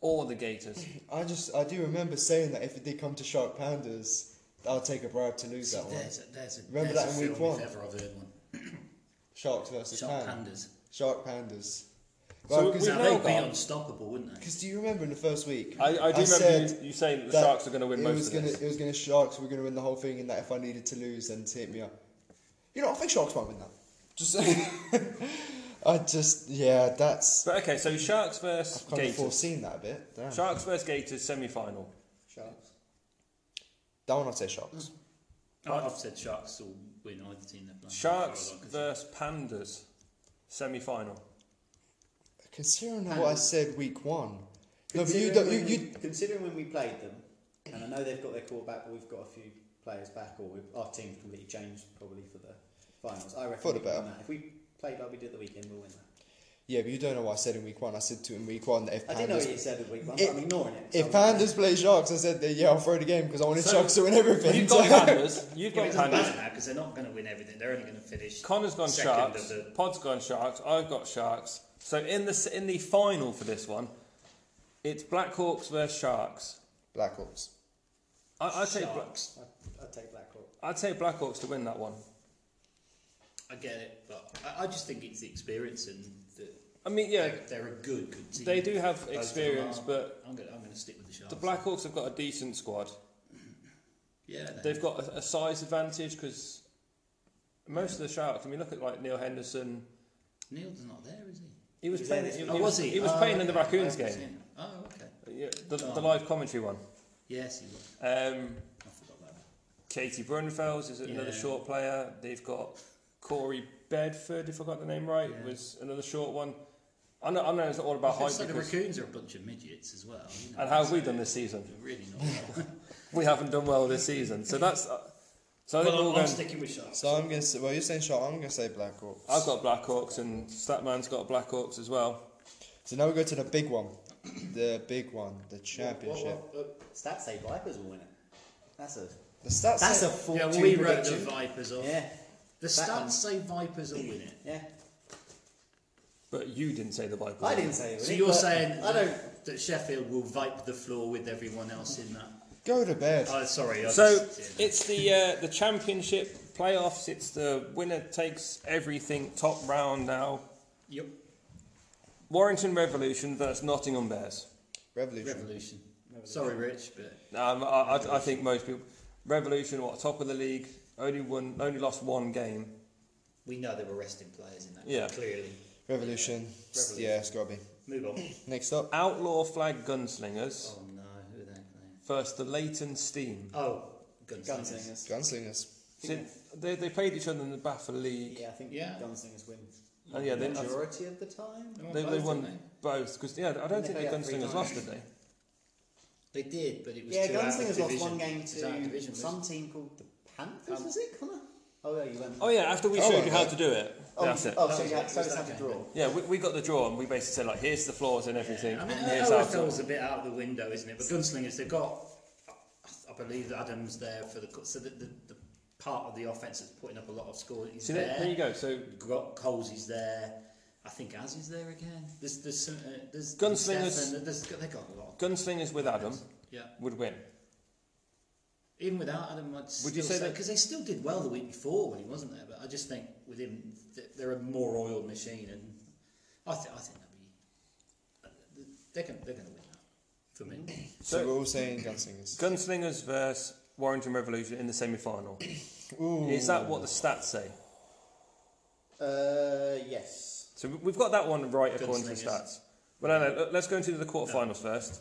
B: or the Gators.
C: I just I do remember saying that if it did come to Shark Pandas, I'll take a bribe to lose that one.
D: There's a, there's a,
C: Remember
D: there's
C: that
D: a
C: in week
D: film
C: one?
D: if ever I've heard one.
C: Sharks versus
D: Shark
C: pan-
D: pandas.
C: Shark Pandas.
B: So
C: Well, because
B: we-
D: Now,
B: We've now
D: they'd be
B: got-
D: unstoppable, wouldn't they?
C: do you remember in the first week?
B: I, I do remember
C: said
B: you, you saying that the
C: that
B: Sharks are going to win
C: it
B: most
C: was
B: of
C: gonna,
B: this.
C: It was going to Sharks. We're going to win the whole thing, and that if I needed to lose, then to hit me up. You know, I think Sharks might win that. [laughs] Just, I just, yeah, that's.
B: But okay, so
D: Mm.
B: Sharks versus
C: I've kind of
B: Gators.
C: foreseen that a bit. Damn.
B: Sharks versus Gators semi-final.
D: Oh,
E: Sharks.
C: That one, I'd say Sharks.
D: I- I've said Sharks will win either team they're playing.
B: Sharks
D: As far as
B: versus Pandas
D: [laughs]
B: semi-final.
C: Considering what I said week one. No, but you
E: Considering
C: don't. You,
E: when we-
C: you,
E: Considering when we played them, and I know they've got their quarterback, but we've got a few players back, or we've, our team's completely changed probably for the finals. I reckon
C: For the
E: we can win
C: better.
E: that. If we play like we did the weekend, we'll win that.
C: yeah, but you don't know what I said in week one. I said to in week one that if
E: I didn't know what
C: Pandas.
E: you said the week one,
C: If-
E: but I'm ignoring it.
C: If Pandas play Sharks, I said that, yeah, I'll throw the game because I wanted
B: So,
C: Sharks to win everything.
B: You've got
D: [laughs]
B: Pandas. You've
D: Yeah, but
B: got
D: it doesn't
B: Pandas.
D: matter now because they're not going to win everything. They're only going to finish.
B: Connor's gone
D: second
B: sharks.
D: Of the,
B: Pod's gone sharks. I've got sharks. So in the s- in the final for this one, it's Blackhawks versus Sharks.
C: [laughs] Black Hawks.
B: I, I take Bla-
D: Sharks.
E: I, I'd take Blackhawk.
B: I take Blackhawks to win that one.
D: I get it, but I, I just think it's the experience and the,
B: I mean, yeah,
D: they're, they're a good, good team.
B: they do have
D: Both of them
B: experience,
D: are.
B: but
D: I'm going, I'm going to stick with the Sharks.
B: the Blackhawks have got a decent squad.
D: Yeah, they-
B: They've got a, a size advantage because most of the Sharks. I mean, look at like Neil Henderson.
D: Neil's not there, is he?
B: He was
E: He's
B: playing.
E: there this
B: He,
E: week.
B: he
D: Oh,
B: was,
D: was he?
B: he was
D: Oh,
B: playing in the
D: okay.
B: Raccoons
D: I haven't
B: game,
D: seen it. Oh, okay.
B: yeah, the, the
D: Oh.
B: live commentary one.
D: Yes, he was.
B: Um,
D: I forgot that.
B: Katie Brunfels is another
D: Yeah.
B: short player. They've got Corey Bedford, if I got the name right,
D: Yeah.
B: was another short one. I know, I know it's all about height,
D: It's like the
B: because-
D: Raccoons are a bunch of midgets as well. You know,
B: and how have
D: so
B: we done this season?
D: they're Really
B: [laughs]
D: not. well.
B: We haven't done well this season, so that's. Uh, so I think we're
D: well, I'm,
B: all going.
D: I'm sticking with Sharks.
C: So I'm going to say, well, you're saying Sharks, I'm going to say Black Hawks.
B: I've got Blackhawks, and Statman's got Blackhawks as well.
C: So now we go to the big one. The big one, the championship.
E: What, what, what, stats say Vipers will win it. That's a
C: The stats.
E: that's a
C: say-
E: fortune
D: yeah, well, we wrote the
E: prediction.
D: Vipers off.
E: yeah,
D: The
E: That
D: stats
E: one.
D: say Vipers will win it.
E: yeah.
B: But you didn't say the Vipers.
E: I didn't say it.
D: So
E: win it,
D: you're
E: but
D: saying
E: I don't.
D: that Sheffield will vipe the floor with everyone else in that?
C: go to bed.
E: Uh,
D: Oh, sorry. I
B: So
D: just,
B: it's the uh, the championship playoffs. It's the winner takes everything top round now.
D: yep.
B: Warrington Revolution versus Nottingham Bears.
C: Revolution.
D: Revolution. Sorry, Rich, but
B: Um, I, I, I think most people. Revolution, what top of the league, only won, only lost one game.
D: we know there were resting players in that.
B: Yeah.
D: Clearly.
C: Revolution.
D: Revolution.
C: Yeah, it's got to be.
D: Move
B: [laughs]
D: on.
C: Next up,
B: Outlaw Flag Gunslingers
D: Oh no, who are they playing?
B: versus the Leighton Steam.
D: Oh, Gunslingers.
E: Gunslingers.
C: Gunslingers.
B: So they, they played each other in the Baffle League,
E: Yeah, I think
D: Yeah.
E: Gunslingers win
B: and Oh, yeah, they, I-
E: majority of the time.
B: they, they
D: both,
B: won
D: didn't
B: both because yeah, I
E: they
B: don't think the
E: play that three
B: Gunslingers
E: times?
B: lost, did they?
D: They did, but it was
E: Yeah,
D: two out of
E: Gunslingers lost
D: division.
E: one
D: It Um,
E: game
D: was out of
E: to
D: division,
E: some
D: wasn't
E: team called the Panthers, is it, Connor? Oh, yeah, you went.
B: Oh yeah, after we
C: Oh,
B: showed you how
C: okay.
B: to do it,
E: oh,
B: that's it.
E: oh,
D: That
E: so
D: was
E: you had,
D: it.
E: so
D: It
E: it's
D: was
E: had
D: that
E: to
D: game.
E: draw.
B: Yeah, we, we got the draw and we basically said like, here's the flaws and everything,
D: it? I mean,
B: and
D: I
B: here's
D: know
B: how.
D: it
B: to-
D: feels a bit out of the window, isn't it? But Gunslingers, they've got, I believe, Adams there for the cut. So the, the, the part of the offence that's putting up a lot of score is
B: See,
D: there.
B: there, there you go. So
D: Gro- Coles is there. I think Az is there again. There's there's some, uh, there's
B: Gunslingers-
D: Stefan, there's, they got a lot.
B: Gunslingers with Adam
D: Yeah.
B: would win.
D: Even without Adam, I'd
B: Would you say that-
D: because they still did well the week before when he wasn't there? But I just think with him, th- they're a more oiled machine, and I, th- I think they'll be they're going they're going to win that for me.
C: So,
B: So-
C: we're all saying Gunslingers.
B: Gunslingers versus Warrington Revolution in the semi-final.
C: Ooh.
B: Is that what the stats say?
E: Uh, yes.
B: So we've got that one right according to the
D: Gunslingers.
B: stats. But no, no, let- let's go into the quarterfinals first.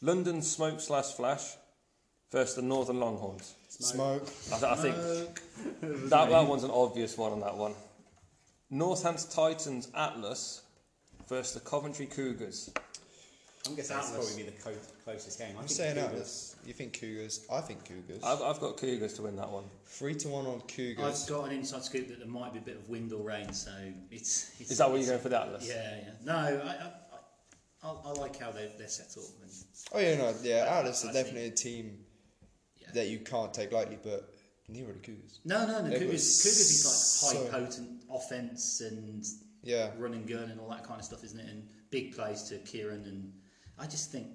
B: London Smoke Slash Flash versus the Northern Longhorns.
C: Smoke.
B: I, th- I think that,
C: [laughs]
B: that one's an obvious one on that one. Northants Titans Atlas versus the Coventry Cougars.
E: I'm guessing that's probably be the co- closest game. I
C: I'm
E: think
C: saying
E: Cougars-
C: Atlas. You think Cougars? I think Cougars.
B: I've, I've got Cougars to win that one.
C: Three to one on
D: [clears throat] I've
C: Cougars.
D: got an inside scoop that there might be a bit of wind or rain, so it's. it's
B: Is that what you're going for the Atlas?
D: Yeah, yeah. No, I, I, I- I, I like how they, they're set up. And,
C: Oh yeah, no, yeah.
D: I-
C: Atlas
D: I
C: are
D: think-
C: definitely a team
D: yeah.
C: that you can't take lightly, but neither are the Cougars.
D: no, no, no.
C: It
D: Cougars,
C: was
D: Cougars is like high
C: so-
D: potent offense and
C: Yeah,
D: run and gun and all that kind of stuff, isn't it? And big plays to Kieran and I just think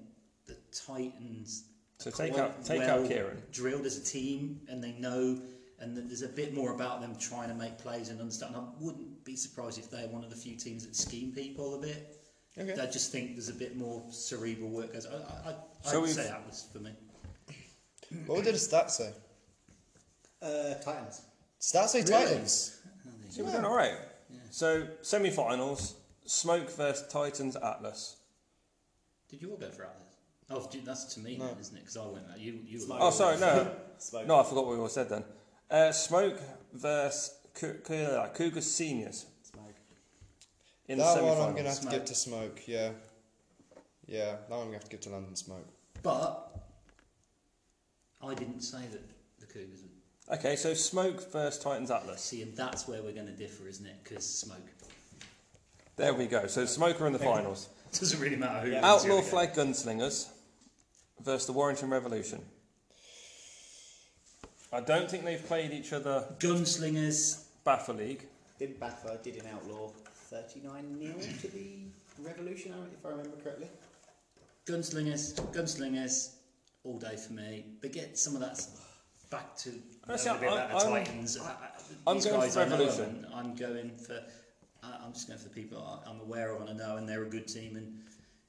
D: the Titans.
B: So
D: are
B: take
D: quite
B: out- take out Kieran.
D: Drilled as a team, and they know, and that there's a bit more about them trying to make plays and understand. I wouldn't be surprised if they're one of the few teams that scheme people a bit.
C: Okay.
D: I just think there's a bit more cerebral work. Goes. I, I, I,
B: So
D: I'd
B: we've-
D: say that was for me.
C: what did the stats say?
E: Uh, Titans.
C: Stats say
B: Really?
C: Titans.
B: So we're doing all right. So semi-finals: Smoke versus Titans Atlas.
D: Did you all go for Atlas? Oh, dude, that's to me, then, isn't it? Because I went that. You, you.
E: Smoke.
B: Oh, sorry, no, [laughs]
E: Smoke.
B: no, I forgot what we all said then. Uh, Smoke versus Cou- Cou- Cougars seniors
E: Smoke.
B: in the
C: That one I'm gonna
B: semi-finals.
C: have to give
D: Smoke.
C: to Smoke. Yeah, yeah. That one I'm gonna have to give to London Smoke.
D: But I didn't say that the Cougars would
B: Okay, so Smoke versus Titans Atlas.
D: See, and that's where we're going to differ, isn't it? Because smoke [laughs]
B: There we go. So Smoke are in the finals.
D: doesn't really matter who. wins
B: Outlaw
D: here,
B: Flag Gunslingers versus the Warrington Revolution. I don't think they've played each other
D: yeah. Gunslingers.
B: Baffer League.
E: Didn't Baffer, did in Outlaw. 39 0 to the Revolution, if I remember correctly.
D: Gunslingers. Gunslingers. All day for me. But get some of that s- back to
B: I see,
D: knowing a bit about the
B: I'm- I'm-
D: Titans. I- I-
B: I'm
D: these
B: going
D: guys
B: for
D: I know
B: Revolution.
D: and I'm going for. I- I'm just going for the people I- I'm aware of and I know, and they're a good team. And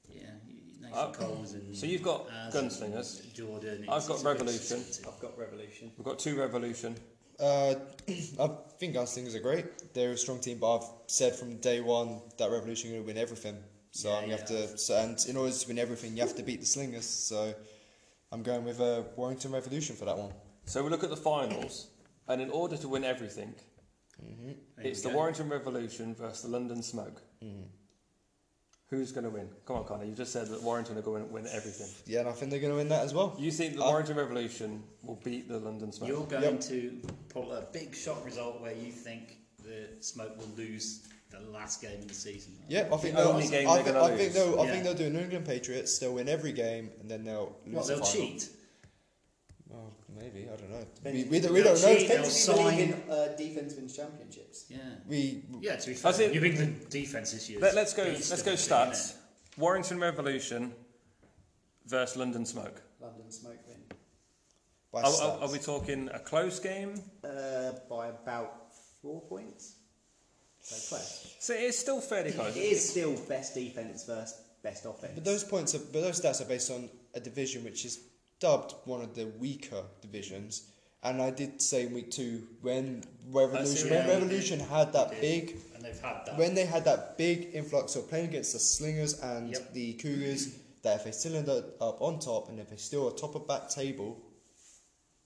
D: yeah, you- you- Nathan
B: Uh,
D: Coles and
B: so you've got
D: Az and
B: Gunslingers.
D: Jordan. It's-
B: I've got
D: it's a good-
B: Revolution.
D: it's a good
E: I've got Revolution.
B: We've got two Revolution.
C: Uh, [clears throat] I think Gunslingers are great. They're a strong team, but I've said from day one that Revolution are going to win everything. So
D: Yeah,
C: I'm gonna have
D: yeah.
C: to. So, and in order to win everything, you have to beat the Slingers. So I'm going with uh, Warrington Revolution for that one.
B: So we look at the finals, and in order to win everything,
D: There
B: it's
D: you
B: the
D: go.
B: Warrington Revolution versus the London Smoke. Who's going to win? Come on, Connor. You just said that Warrington are going to win everything.
C: Yeah, and I think they're going to win that as well.
B: You think the
C: Uh,
B: Warrington Revolution will beat the London Smoke?
D: You're going
C: Yep.
D: to pull a big shot result where you think the Smoke will lose the last game of the season. right?
C: Yeah, I think
B: The
C: they'll.
B: only game
C: I,
B: they're
C: think,
B: gonna
C: I think
B: lose.
C: they'll. I
D: Yeah.
C: think they'll do a New England Patriots. They'll win every game, and then they'll lose.
D: What,
C: the
D: they'll
C: final.
D: cheat?
C: Well, maybe I don't know.
E: Then
C: We,
E: you-
C: we, don't- we
D: they'll
C: don't know.
D: cheat,
E: Depends
C: Depends-
E: if you believe in uh, defence wins championships.
D: Yeah.
C: We
D: Yeah, to be
B: That's
D: fair,
B: it.
D: New England defence this year.
B: Let,
D: is
B: let's go.
D: beast
B: Let's
D: of
B: go.
D: a thing, isn't
B: Stats. Warrington Revolution versus London Smoke.
E: London Smoke win.
C: by
B: Are, are, are
C: stats.
B: we talking a close game?
E: Uh, by about four points. So close.
B: So it's still fairly
E: It
B: close.
E: is still best defence versus best offence.
C: But those points, are, but those stats are based on a division which is dubbed one of the weaker divisions. And I did say in week two when Revolution,
D: what
C: when
D: you mean.
C: Revolution had that
D: They
C: big,
D: it? And they've had that.
C: when they had that big influx of playing against the Slingers and
D: Yep.
C: the Cougars, that if they still end up on top and if they still are top of that table,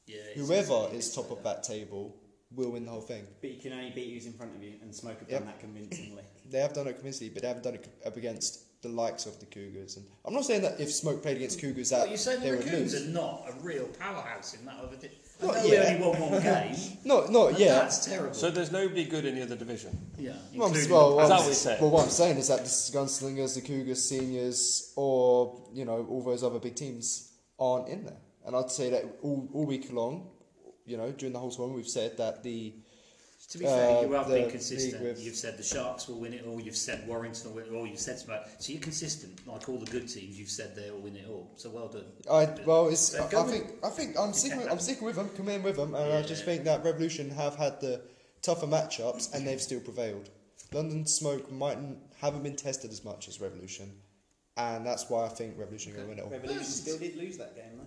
D: yeah, it's-
C: whoever
D: it's-
C: is top of that table will win the whole thing.
E: But you can only beat who's in front of you, and Smoke have
C: Yep.
E: done that [laughs] convincingly.
C: They have done it convincingly, but they haven't done it up against the likes of the Cougars. And I'm not saying that if Smoke played against Cougars that
D: But you're saying
C: they
D: the
C: would lose.
D: Raccoons are not a real powerhouse in that other di- I
C: Not
D: know
C: yet.
D: they only
C: [laughs]
D: won one game.
C: No, no,
D: but
C: yeah.
D: That's terrible.
B: So there's nobody good in the other division.
D: yeah.
C: Well, um,
D: including
C: well,
D: the
B: Is
C: well,
B: that
D: Panthers.
B: what you said?
C: well, what I'm saying is that the Gunslingers, the Cougars, Seniors, or you know all those other big teams aren't in there. And I'd say that all, all week long, you know, during the whole tournament, we've said that the
D: To be fair,
C: uh,
D: you have
C: the
D: been
C: league
D: consistent.
C: with-
D: You've said the Sharks will win it all. You've said Warrington will win it all. You've said Smoke. So you're consistent. Like all the good teams, you've said they'll win it all. So well done.
C: I well, it's
D: They're
C: I, I
D: going-
C: think I think I'm sick with, I'm sick with them, come in with them, and I just
D: Yeah.
C: think that Revolution have had the tougher matchups and they've still prevailed. London Smoke mightn't haven't been tested as much as Revolution, and that's why I think Revolution are going to win it all.
E: Revolution still did lose that game, though.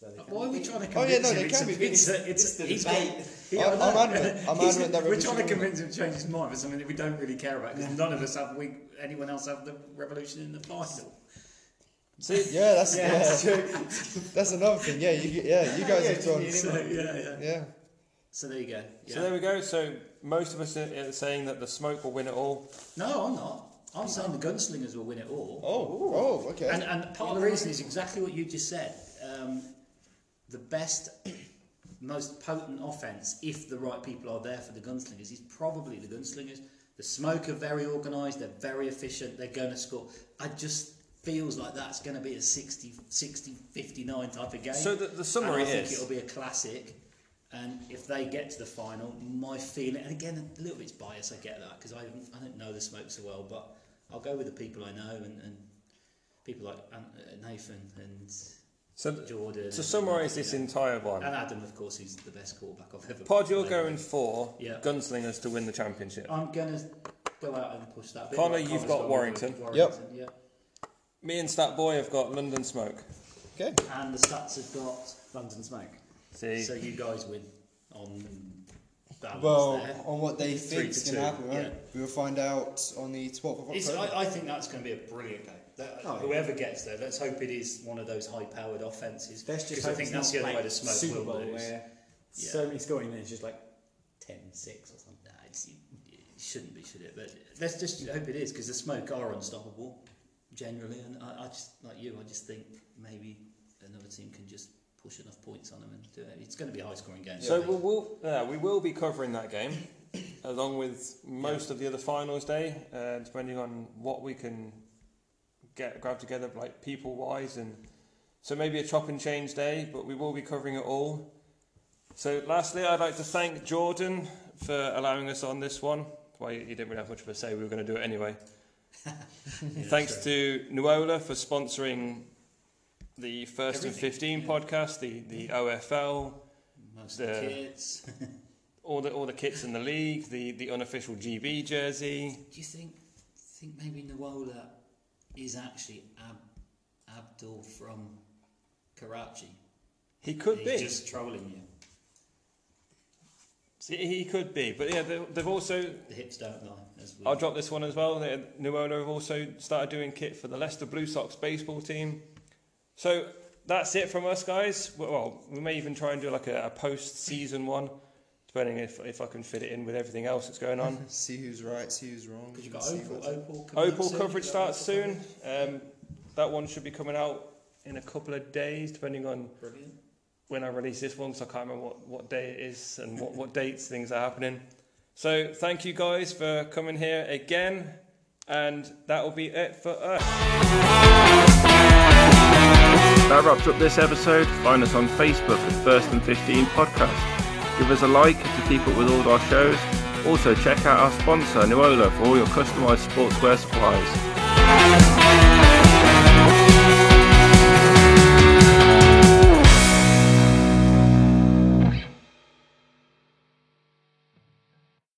E: So they
D: Oh. Why are
E: can't
D: we
E: beat
D: trying to convince
C: Oh, yeah, no,
D: him?
C: they
D: it's
C: can
D: a,
C: be.
D: It's, a, it's,
E: It's the
D: he's
E: debate.
D: got-
C: I'm- I'm
D: I know.
C: adamant- I'm
D: He's-
C: adamant that
D: We're
C: Revolution
D: trying to
C: will win
D: convince him to change his mind for something that we don't really care about because none of us have we anyone else have the revolution in the final.
B: See,
C: Yeah, that's
E: Yeah, that's
C: yeah, [laughs] that's another thing. Yeah, you yeah you guys
E: Yeah,
C: have
E: just
C: done
E: need
D: So yeah, yeah.
C: yeah.
D: So there you go. Yeah.
B: so there we go. So most of us are are saying that the Smoke will win it all.
D: no, I'm not. I'm saying the gunslingers will win it all.
C: Oh, oh, okay.
D: And, uh, and part of the reason is exactly what you just said. Um, the best, [clears throat] most potent offense, if the right people are there for the gunslingers, is probably the gunslingers. The smoke are very organised. They're very efficient. They're going to score. I just feels like that's going to be a 60, 60 59 type of game.
B: So the- the summary
D: and I
B: is-
D: think it'll be a classic. And if they get to the final, my feeling, and again, a little bit's biased, I get that, because I, haven't- I don't know the smoke so well, but I'll go with the people I know and, and people like An- uh, Nathan and
B: So th-
D: Jordan.
B: to summarise this
D: in.
B: entire one,
D: And Adam, of course, who's the best quarterback I've ever.
B: Um, Pod, you're
D: played
B: going
D: with.
B: for
D: Yeah.
B: gunslingers to win the championship.
D: I'm gonna go out and push that.
B: Connor,
D: Bit like
B: you've
D: Connor's
B: got
D: with
B: Warrington.
D: Warrington,
B: Me and Stat Boy have got London Smoke.
C: Okay.
D: yeah. And the stats have got
E: London Smoke.
B: See,
D: so you guys win on balance
C: Well,
D: there.
C: on what they
D: Three
C: think's
D: to
C: going to
D: two,
C: happen, right?
D: yeah.
C: We'll find out on the 12th of
D: It's,
C: October.
D: I, I think that's going to be a brilliant game. That,
E: Oh, yeah.
D: whoever gets there, let's hope it is one of those high-powered offenses.
E: Let's just
D: Because I
E: hope
D: think
E: it's
D: that's
E: not
D: the only
E: like
D: way the smoke
E: Super
D: will
E: Bowl
D: lose.
E: where
D: Yeah.
E: So many scoring is just like 10-6 or something.
D: Nah, it's, it shouldn't be, should it? But let's just hope it is because the smoke are unstoppable generally, and I, I just like you, I just think maybe another team can just push enough points on them and do it. It's going to be a high scoring game.
B: so
D: I
B: we'll,
D: think.
B: we'll yeah, we will be covering that game [coughs] along with most of the other finals day, uh, depending on what we can get grab together, like people wise, and so maybe a chop and change day. But we will be covering it all. So lastly, I'd like to thank Jordan for allowing us on this one. Well, you you didn't really have much of a say. We were going to do it
D: [laughs]
B: anyway.
D: Yeah,
B: Thanks
D: so-
B: to Nuola for sponsoring the First and
D: Everything,
B: 15
D: yeah.
B: podcast, the, the OFL,
D: most
B: the-
D: of the kids. [laughs] Do
B: all the all the kits in the league, the, the unofficial GB jersey.
D: you think think maybe Nuola is actually Ab, Abdul from Karachi?
B: He could
D: He's
B: be.
D: just trolling you.
B: See, he could be. But yeah, they, they've also.
D: The hips don't lie. As we
B: I'll drop this one as well. They- Nuola have also started doing kit for the Leicester Blue Sox baseball team. So that's it from us, guys. Well, we may even try and do like a, a post season one, depending if, if I can fit it in with everything else that's going on.
C: see who's right, see who's wrong.
D: Because you've got
C: see
D: Opal,
C: what's-
D: Opal, coming up
B: Opal
D: soon.
B: coverage
D: You've got
B: starts
D: Opal
B: soon. Um, that one should be coming out in a couple of days, depending on
D: coverage. Brilliant.
B: when I release this one, because I can't remember what, what day it is and what, what dates things are happening. So thank you guys for coming here again, and that will be it for us.
A: That wraps up this episode. Find us on Facebook at First and 15 Podcast. Give us a like to keep up with all of our shows. Also, check out our sponsor, Nuola, for all your customized sportswear supplies.